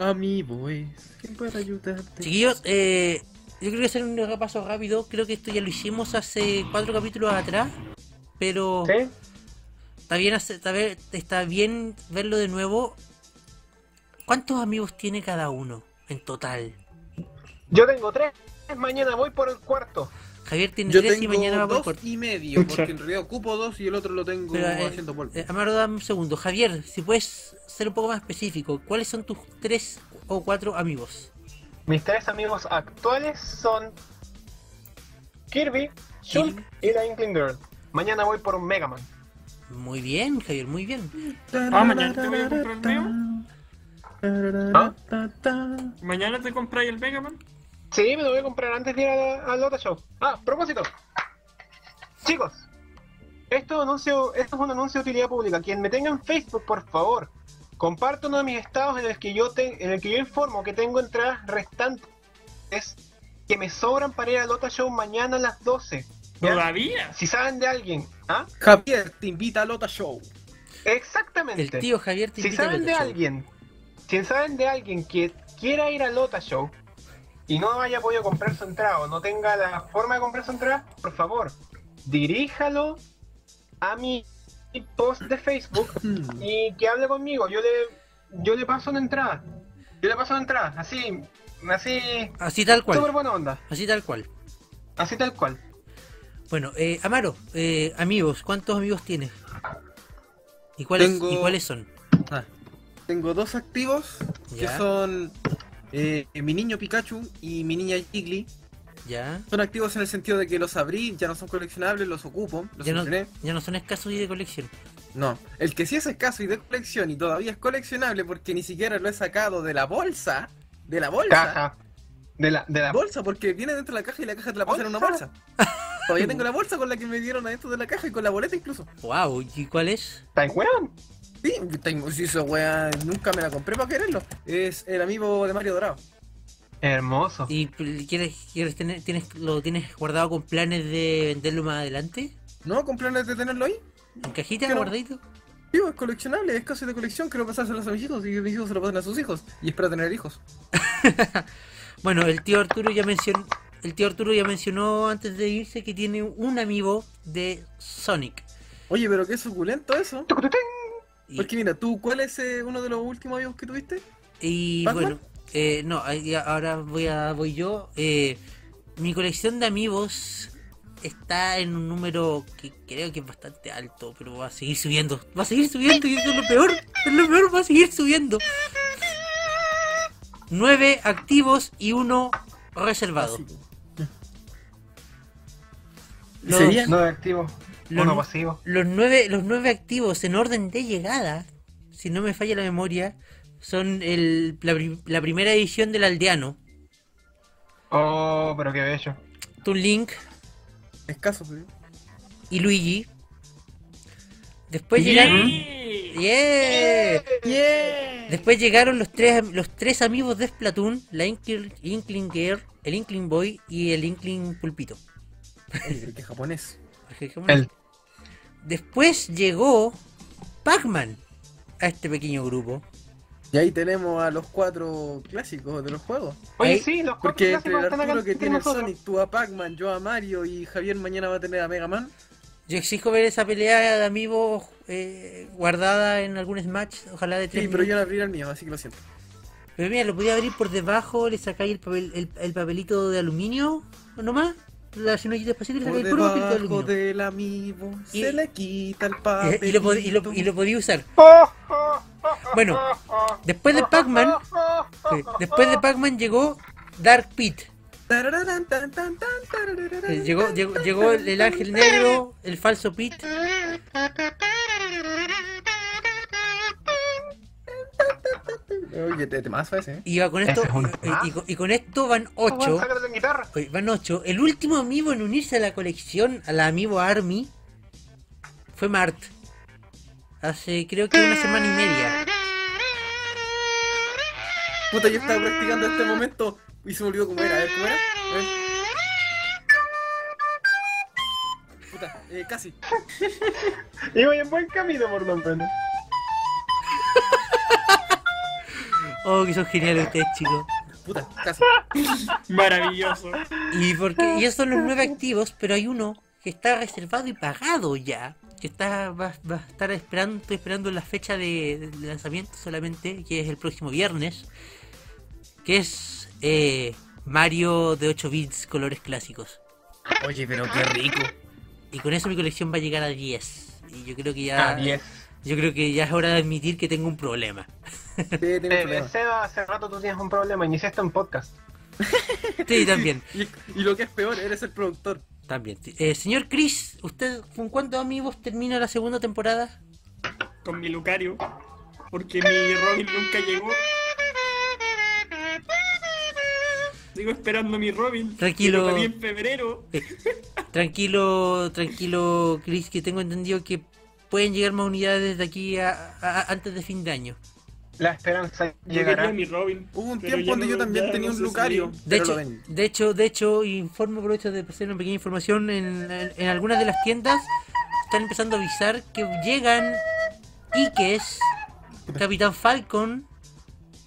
Amigo, eh. ¿Quién puede ayudarte? Chiquillos, eh, yo creo que hacer un repaso rápido. Creo que esto ya lo hicimos hace cuatro capítulos atrás. Pero Sí. está, bien hacer- está, ver- está bien verlo de nuevo. ¿Cuántos amigos tiene cada uno en total? Yo tengo tres. Mañana voy por el cuarto. Javier tiene Yo tres y tengo mañana va por dos corto. y medio, Pucha. porque en realidad ocupo dos y el otro lo tengo Pero, eh, haciendo polvo. eh, Amaro, dame un segundo. Javier, si puedes ser un poco más específico, ¿cuáles son tus tres o cuatro amigos? Mis tres amigos actuales son Kirby, Shulk y la Inkling Girl. Mañana voy por un Mega Man. Muy bien, Javier, muy bien. Ah, mañana te voy a comprar el mío. ¿Ah? ¿Mañana te compráis el Mega Man? Sí, me lo voy a comprar antes de ir a la- al otro show. Ah, propósito. Chicos, esto, anuncio, esto es un anuncio de utilidad pública. Quien me tenga en Facebook, por favor, comparte uno de mis estados en el que yo, te- en el que yo informo que tengo entradas restantes que me sobran para ir al Lota Show mañana a las 12. ¿ya? ¿Todavía? Si saben de alguien, ¿ah? Javier te invita a Lota Show. El Exactamente. tío Javier te si invita a saben otro de show. alguien, si saben de alguien que quiera ir al Lota Show y no haya podido comprar su entrada o no tenga la forma de comprar su entrada, por favor, diríjalo a mi post de Facebook Hmm. y que hable conmigo. Yo le, yo le paso una entrada. Yo le paso una entrada, así, así, Así tal súper cual. buena onda, Así tal cual. así tal cual. Bueno, eh, Amaro, eh, amigos, ¿cuántos amigos tienes? ¿Y cuáles, Tengo- ¿Y cuáles son? Ah, Tengo dos activos Ya. que son eh, mi niño Pikachu y mi niña Jiggly. ¿Ya? Son activos en el sentido de que los abrí, ya no son coleccionables, los ocupo, los Ya no, entrené. ya no son escasos y de colección. No, el que sí es escaso y de colección y todavía es coleccionable porque ni siquiera lo he sacado de la bolsa. De la bolsa. Caja. De la, de la Bolsa, porque viene dentro de la caja y la caja te la pasan en una bolsa. Todavía tengo la bolsa con la que me dieron adentro de la caja y con la boleta incluso. ¡Wow! ¿Y cuál es? ¿Tan weón? Sí, tengo, sí, esa weá, nunca me la compré para quererlo. Es el amigo de Mario Dorado. Hermoso. ¿Y pl- quieres, quieres tener, tienes, lo tienes guardado con planes de venderlo más adelante? ¿No? ¿Comprarlo de tenerlo ahí? ¿En cajita Claro. guardadito? Sí, es coleccionable, es casi de colección, quiero pasárselo a mis hijos y que mis hijos se lo pasen a sus hijos. Y espero tener hijos. Bueno, el tío Arturo ya mencionó. El tío Arturo ya mencionó antes de irse que tiene un amigo de Sonic. Oye, pero qué suculento eso. Y- Porque mira, tú, ¿cuál es eh, uno de los últimos amigos que tuviste? Y ¿Batman? bueno, eh, no, ahí- ahora voy a voy yo. Eh, mi colección de amigos está en un número que creo que es bastante alto, pero va a seguir subiendo. Va a seguir subiendo y eso es lo peor. Es lo peor, va a seguir subiendo. Nueve activos y uno Ah, reservado. Así. Los- ¿Serían? No, activo. Los- Uno pasivo. Los nueve, los nueve activos en orden de llegada, si no me falla la memoria, son el, la, pri- la primera edición del Aldeano, Oh, pero qué bello. Toon Link Escaso, pero- y Luigi. Pues Después llegaron. ¡Yeah! Después llegaron los tres, los tres amigos de Splatoon, la Inkling, Inkling Girl, el Inkling Boy y el Inkling Pulpito. Oye, qué japonés. El- Después llegó Pac-Man a este pequeño grupo. Y ahí tenemos a los cuatro clásicos de los juegos. Oye, Ahí- sí, los cuatro Porque entre clásicos el están acá Arturo que entre tiene el nosotros. Sonic, tú a Pac-Man, yo a Mario y Javier mañana va a tener a Mega Man. Yo exijo ver esa pelea de amigos eh, guardada en algún Smash, ojalá de tres Sí, pero yo minutos. no abrí el mío, así que lo siento. Pero mira, lo podía abrir por debajo, le sacáis el, papel, el, el papelito de aluminio, nomás, la cenollita despacito y le Por sacáis el puro papelito de debajo aluminio. del amigo Y- se le quita el Eh, papel. y, lo pod- y lo- y lo podía usar. Bueno, después de Pac-Man, eh, después de Pac-Man llegó Dark Pit. Eh, Llegó, llegó, llegó el el ángel negro, el falso Pit. Oye, te, te mazo ese, ¿eh? Y va con esto, Ese Este es un eh, y, con- y con esto van 8. Sácalo en guitarra. Van 8. El último amigo en unirse a la colección, a la amigo Army, fue Mart. Hace creo que una semana y media. Puta, yo estaba practicando este momento y se me olvidó cómo era. A ver, ¿cómo era? A ver. Puta, eh, casi. Y voy en buen camino, por lo menos. Oh, que son geniales ustedes, chicos. Puta, casi. Maravilloso. Y porque y esos son los nueve activos, pero hay uno que está reservado y pagado ya. Que está, va, va a estar esperando, estoy esperando la fecha de, de lanzamiento solamente, que es el próximo viernes. Que es eh, Mario de 8 bits, colores clásicos. Oye, pero qué rico. Y con eso mi colección va a llegar a 10. Y yo creo que ya. Ah, 10. Yo creo que ya es hora de admitir que tengo un problema. Sí, tiene un Eh, problema. Seba, hace rato tú tienes un problema. Iniciaste un podcast. Sí, también. Y, y lo que es peor, eres el productor. También. Eh, señor Chris, ¿usted con cuántos amigos termina la segunda temporada? Con mi Lucario. Porque mi Robin nunca llegó. Sigo esperando mi Robin. Tranquilo. Lo pedí en febrero. Eh, Tranquilo, tranquilo, Chris, que tengo entendido que pueden llegar más unidades desde aquí a, a- antes de fin de año. La esperanza Yo quería llegará. mi Robin. Hubo un pero tiempo ya donde no- yo ya también no tenía sé un si- Lucario. De pero hecho, lo ven. de hecho, de hecho, informo, aprovecho de hacer una pequeña información, en, en- en algunas de las tiendas están empezando a avisar que llegan Ikes, Capitán Falcon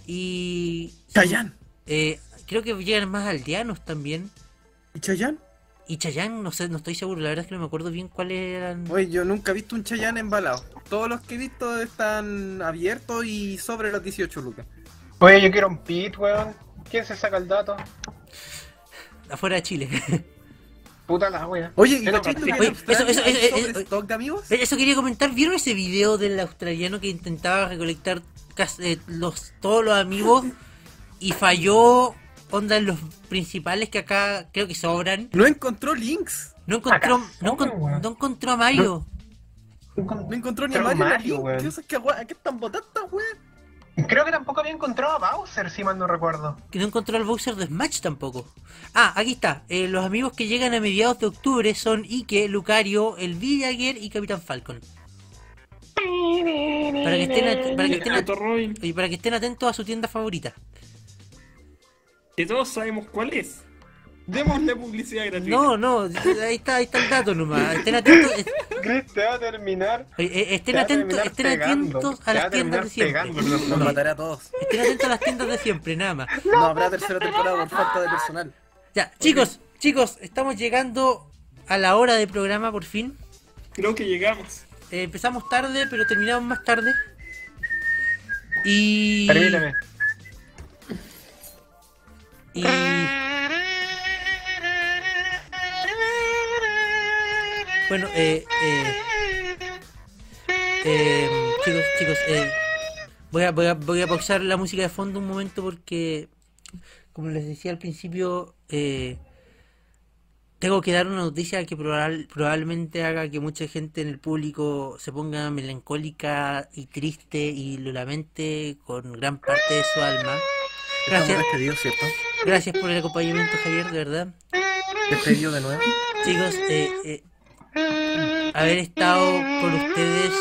y... Chayán. eh, creo que llegan más aldeanos también. ¿Y Chayán? Y Chayán, no sé, no estoy seguro, la verdad es que no me acuerdo bien cuáles eran... Oye, yo nunca he visto un Chayán embalado. Todos los que he visto están abiertos y sobre los 18 lucas. Oye, yo quiero un pit, weón. ¿Quién se saca el dato? Afuera de Chile. Puta la wea. Oye, ¿y Pero cachai tú que practica. en Oye, Australia eso- eh, eso- hay eso- eso- sobrestock de amigos? Pero Eso quería comentar. ¿Vieron ese video del australiano que intentaba recolectar cas- eh, los, todos los amigos y falló? Onda en los principales que acá creo que sobran. No encontró links. No encontró, Acá no, encon- sobran, weón. no encontró a Mario. No encontró ni a Pero Mario. Mario, ni a weón. Link. ¿Qué que, ¿A qué están botando estas weas? Creo que tampoco había encontrado a Bowser, si mal no recuerdo. Que no encontró al Bowser de Smash tampoco. Ah, aquí está. Eh, los amigos que llegan a mediados de octubre son Ike, Lucario, el Villager y Capitán Falcon. Para que estén, at- para que estén, at- Otro Robin. y para que estén atentos a su tienda favorita. Que todos sabemos cuál es. Démosle publicidad gratuita. No, no, ahí está, ahí está el dato nomás. Estén atentos, est- Chris te va a terminar. oye, eh, estén te va a atentos, terminar estén pegando, atentos te a va las a terminar tiendas de siempre. pegando, los- Nos No, matará a todos. estén atentos a las tiendas de siempre, nada más. No habrá tercera temporada por falta de personal. Ya, chicos, chicos, estamos llegando a la hora de programa por fin. Creo que llegamos. Eh, empezamos tarde, pero terminamos más tarde. Y. Permíteme. Y. Bueno, eh, eh, eh, chicos, chicos, eh, voy, a, voy, a, voy a pausar la música de fondo un momento porque, como les decía al principio, eh, Tengo que dar una noticia que probal- probablemente haga que mucha gente en el público se ponga melancólica y triste y lo lamente con gran parte de su alma. Gracias, Estamos despedidos, ¿cierto? gracias por el acompañamiento, Javier, de verdad. Despedido de nuevo. Chicos, eh, eh, haber estado con ustedes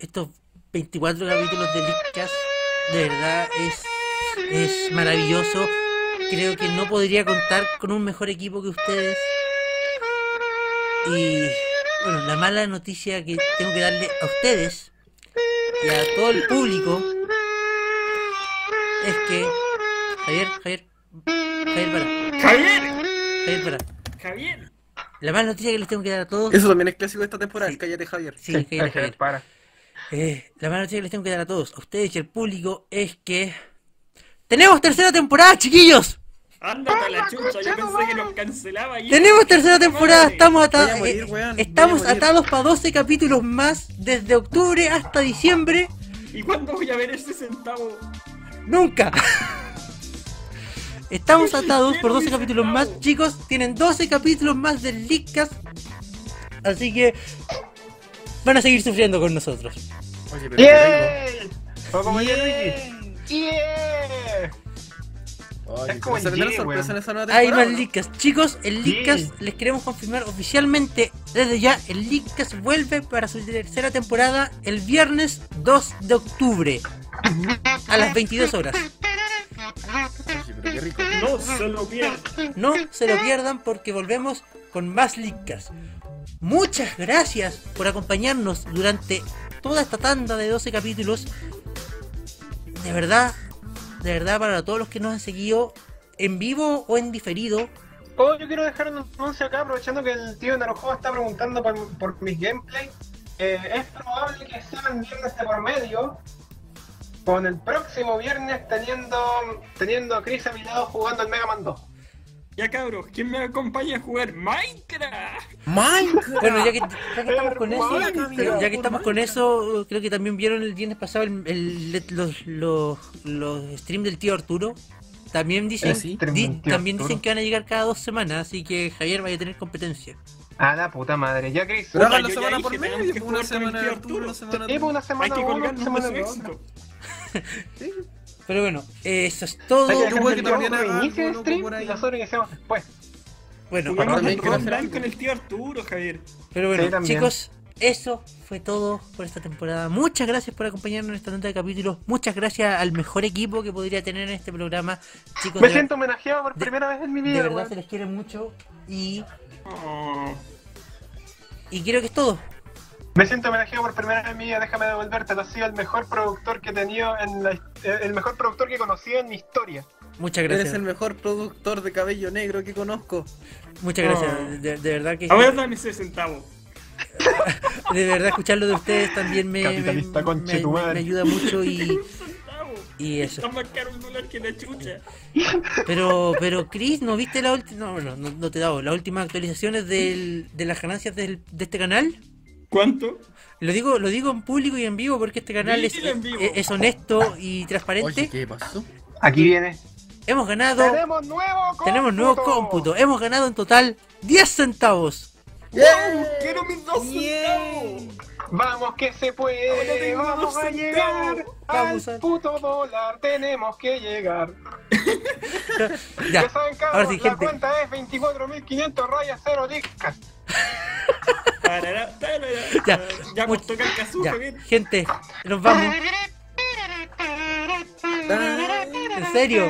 estos 24 capítulos de Leakcast, de verdad es, es maravilloso. Creo que no podría contar con un mejor equipo que ustedes. Y bueno, la mala noticia que tengo que darle a ustedes y a todo el público es que Javier, Javier, Javier, para, ¡Javier! Javier, para. ¡Javier! La mala noticia que les tengo que dar a todos Eso también es clásico de esta temporada. Cállate, Javier. Sí, cállate, Ay, Javier. Para. Eh, la mala noticia que les tengo que dar a todos, a ustedes y al público, es que tenemos tercera temporada, chiquillos. Ándate a la chucha, yo pensé que nos cancelaba y... Tenemos tercera temporada, Madre. estamos Voy atados, eh, a morir, weón, estamos voy a morir. atados para 12 capítulos más, desde octubre hasta diciembre, ¿Y cuándo voy a ver ese centavo? nunca. Estamos atados por Quiero 12 mi capítulos centavo. más, chicos. Tienen 12 capítulos más de Leakcast. Así que van a seguir sufriendo con nosotros. Oye, pero qué ¡Bien! Fue como ya Luigi. ¡Bien! Oye, Es rico. como Se vendrá el G, sorpresa en esa nueva Hay temporada, más ¿no? Leakcast. Chicos, el Bien. Leakcast les queremos confirmar oficialmente desde ya. El Leakcast vuelve para su tercera temporada el viernes 2 de octubre a las 22 horas. Oye, pero qué rico. No se lo pierda. No se lo pierdan porque volvemos con más Leakcast. Muchas gracias por acompañarnos durante toda esta tanda de 12 capítulos. De verdad, de verdad para todos los que nos han seguido en vivo o en diferido, Oh, yo quiero dejar un anuncio acá, aprovechando que el tío Narujoa está preguntando por, por mis gameplays. Eh, es probable que sean viernes de por medio. Con el próximo viernes teniendo, teniendo a Chris a mi lado jugando al Mega Man 2. Ya cabros, ¿quién me acompaña a jugar Minecraft? Bueno, ya que, ya que estamos con eso, pero ya que estamos con eso, creo que también vieron el viernes pasado el, el- los, los, los streams del tío Arturo. También dicen, Eh, sí, di- stream del tío también Arturo. dicen que van a llegar cada dos semanas, así que Javier vaya a tener competencia. A Ah, la puta madre, ya Chris. Pero Puta, hagan la yo ya semana dije, por tenemos medio. que pues, Una jugar con el semana de tío Arturo, Arturo. pues, una semana Tipo pues, una semana uno, una Hay que colgarnos semana de su de otra. éxito. Pero bueno, eh, eso es todo. Hay que Yo creo que dejar que también el haga inicio algo, del loco, por stream ahí. y nosotros pues, iniciamos después. Bueno, Jugamos También un quiero Rock hacer Band algo. con el tío Arturo, Javier. pero bueno, Sí, también. chicos, eso fue todo por esta temporada. Muchas gracias por acompañarnos en esta tanda de capítulos. Muchas gracias al mejor equipo que podría tener en este programa. Chicos, Me de- siento homenajeado por de- primera vez en mi de vida, verdad se weón. les quiere mucho y Oh. Y creo que es todo. Me siento homenajeado por primera vez en mi vida, déjame devolvértelo. Ha sido el mejor productor que he tenido en la, eh, el mejor productor que he conocido en mi historia. Muchas Eres gracias. el mejor productor de cabello negro que conozco. Muchas Oh. gracias. De, de verdad que A ver, dame ese centavo. de verdad escucharlo de ustedes también me, me, Capitalista me- conchetumare. me- me ayuda mucho y, Un centavo. y eso. Está más caro un dólar que la chucha. Pero pero Chris, ¿no viste la última no, bueno, no, no te he dado las últimas actualizaciones del, de las ganancias del- de este canal? ¿Cuánto? Lo digo lo digo en público y en vivo porque este canal es, Dilo en vivo. es- es honesto y transparente. Oye, ¿qué pasó? Aquí viene. Hemos ganado Tenemos nuevo cómputo. tenemos nuevo cómputo. Hemos ganado en total 10 centavos. ¡Oh! ¡Quiero mis dos centavos! Vamos que se puede. Ahora tengo Vamos dos a centavos. llegar Vamos al a- puto dólar. Tenemos que llegar. Ya. Ya saben, cabros, Ahora sí, la gente. cuenta es 24.500 rayas cero discas. Tarara, tarara. Ya. Ya Much- pues toca el kazoo, Ya, Javier. gente, nos vamos. En serio.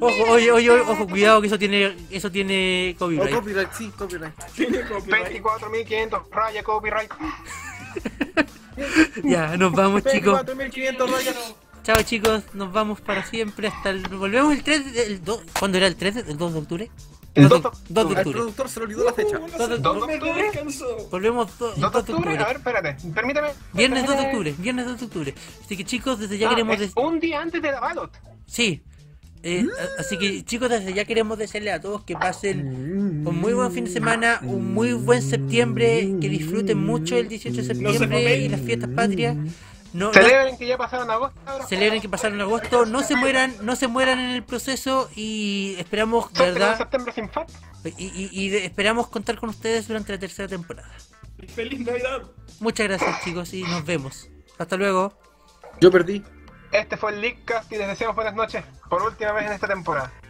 Ojo, oye, oye, oye, ojo, cuidado que eso tiene eso tiene Oh, copyright. copyright, sí, copyright. Tiene copyright. 24.500 rayas copyright. Ya, nos vamos, chicos. 4.500 rayas. Chao, chicos. Nos vamos para siempre hasta el volvemos el 3 de- el 2, ¿cuándo era el 3? de- El 2 de octubre. El 2 2 de, de- 2 de Al octubre. productor se le olvidó la fecha. Dos de Dos octubre. me quedé descanso. Volvemos do- el 2 de octubre, a ver, octubre. espérate, permíteme. Viernes 2 de permíteme. octubre, viernes 2 de octubre. Así que chicos, desde ya Ah, queremos es des- Un día antes de la ballot. sí. Eh, a- así que chicos, desde ya queremos desearle a todos que pasen Un muy buen fin de semana, un muy buen septiembre, que disfruten mucho el 18 de No se septiembre papeen. y las fiestas patrias. No, no- Celebren que ya pasaron agosto. ahora celebren que pasaron agosto, no se mueran, no se mueran en el proceso y esperamos, de Suerte con verdad, septiembre sin FAP. y, y- y de- esperamos contar con ustedes durante la tercera temporada. ¡Feliz Navidad! Muchas gracias chicos y nos vemos. Hasta luego. Yo perdí. Este fue el Leakcast y les deseamos buenas noches por última vez en esta temporada.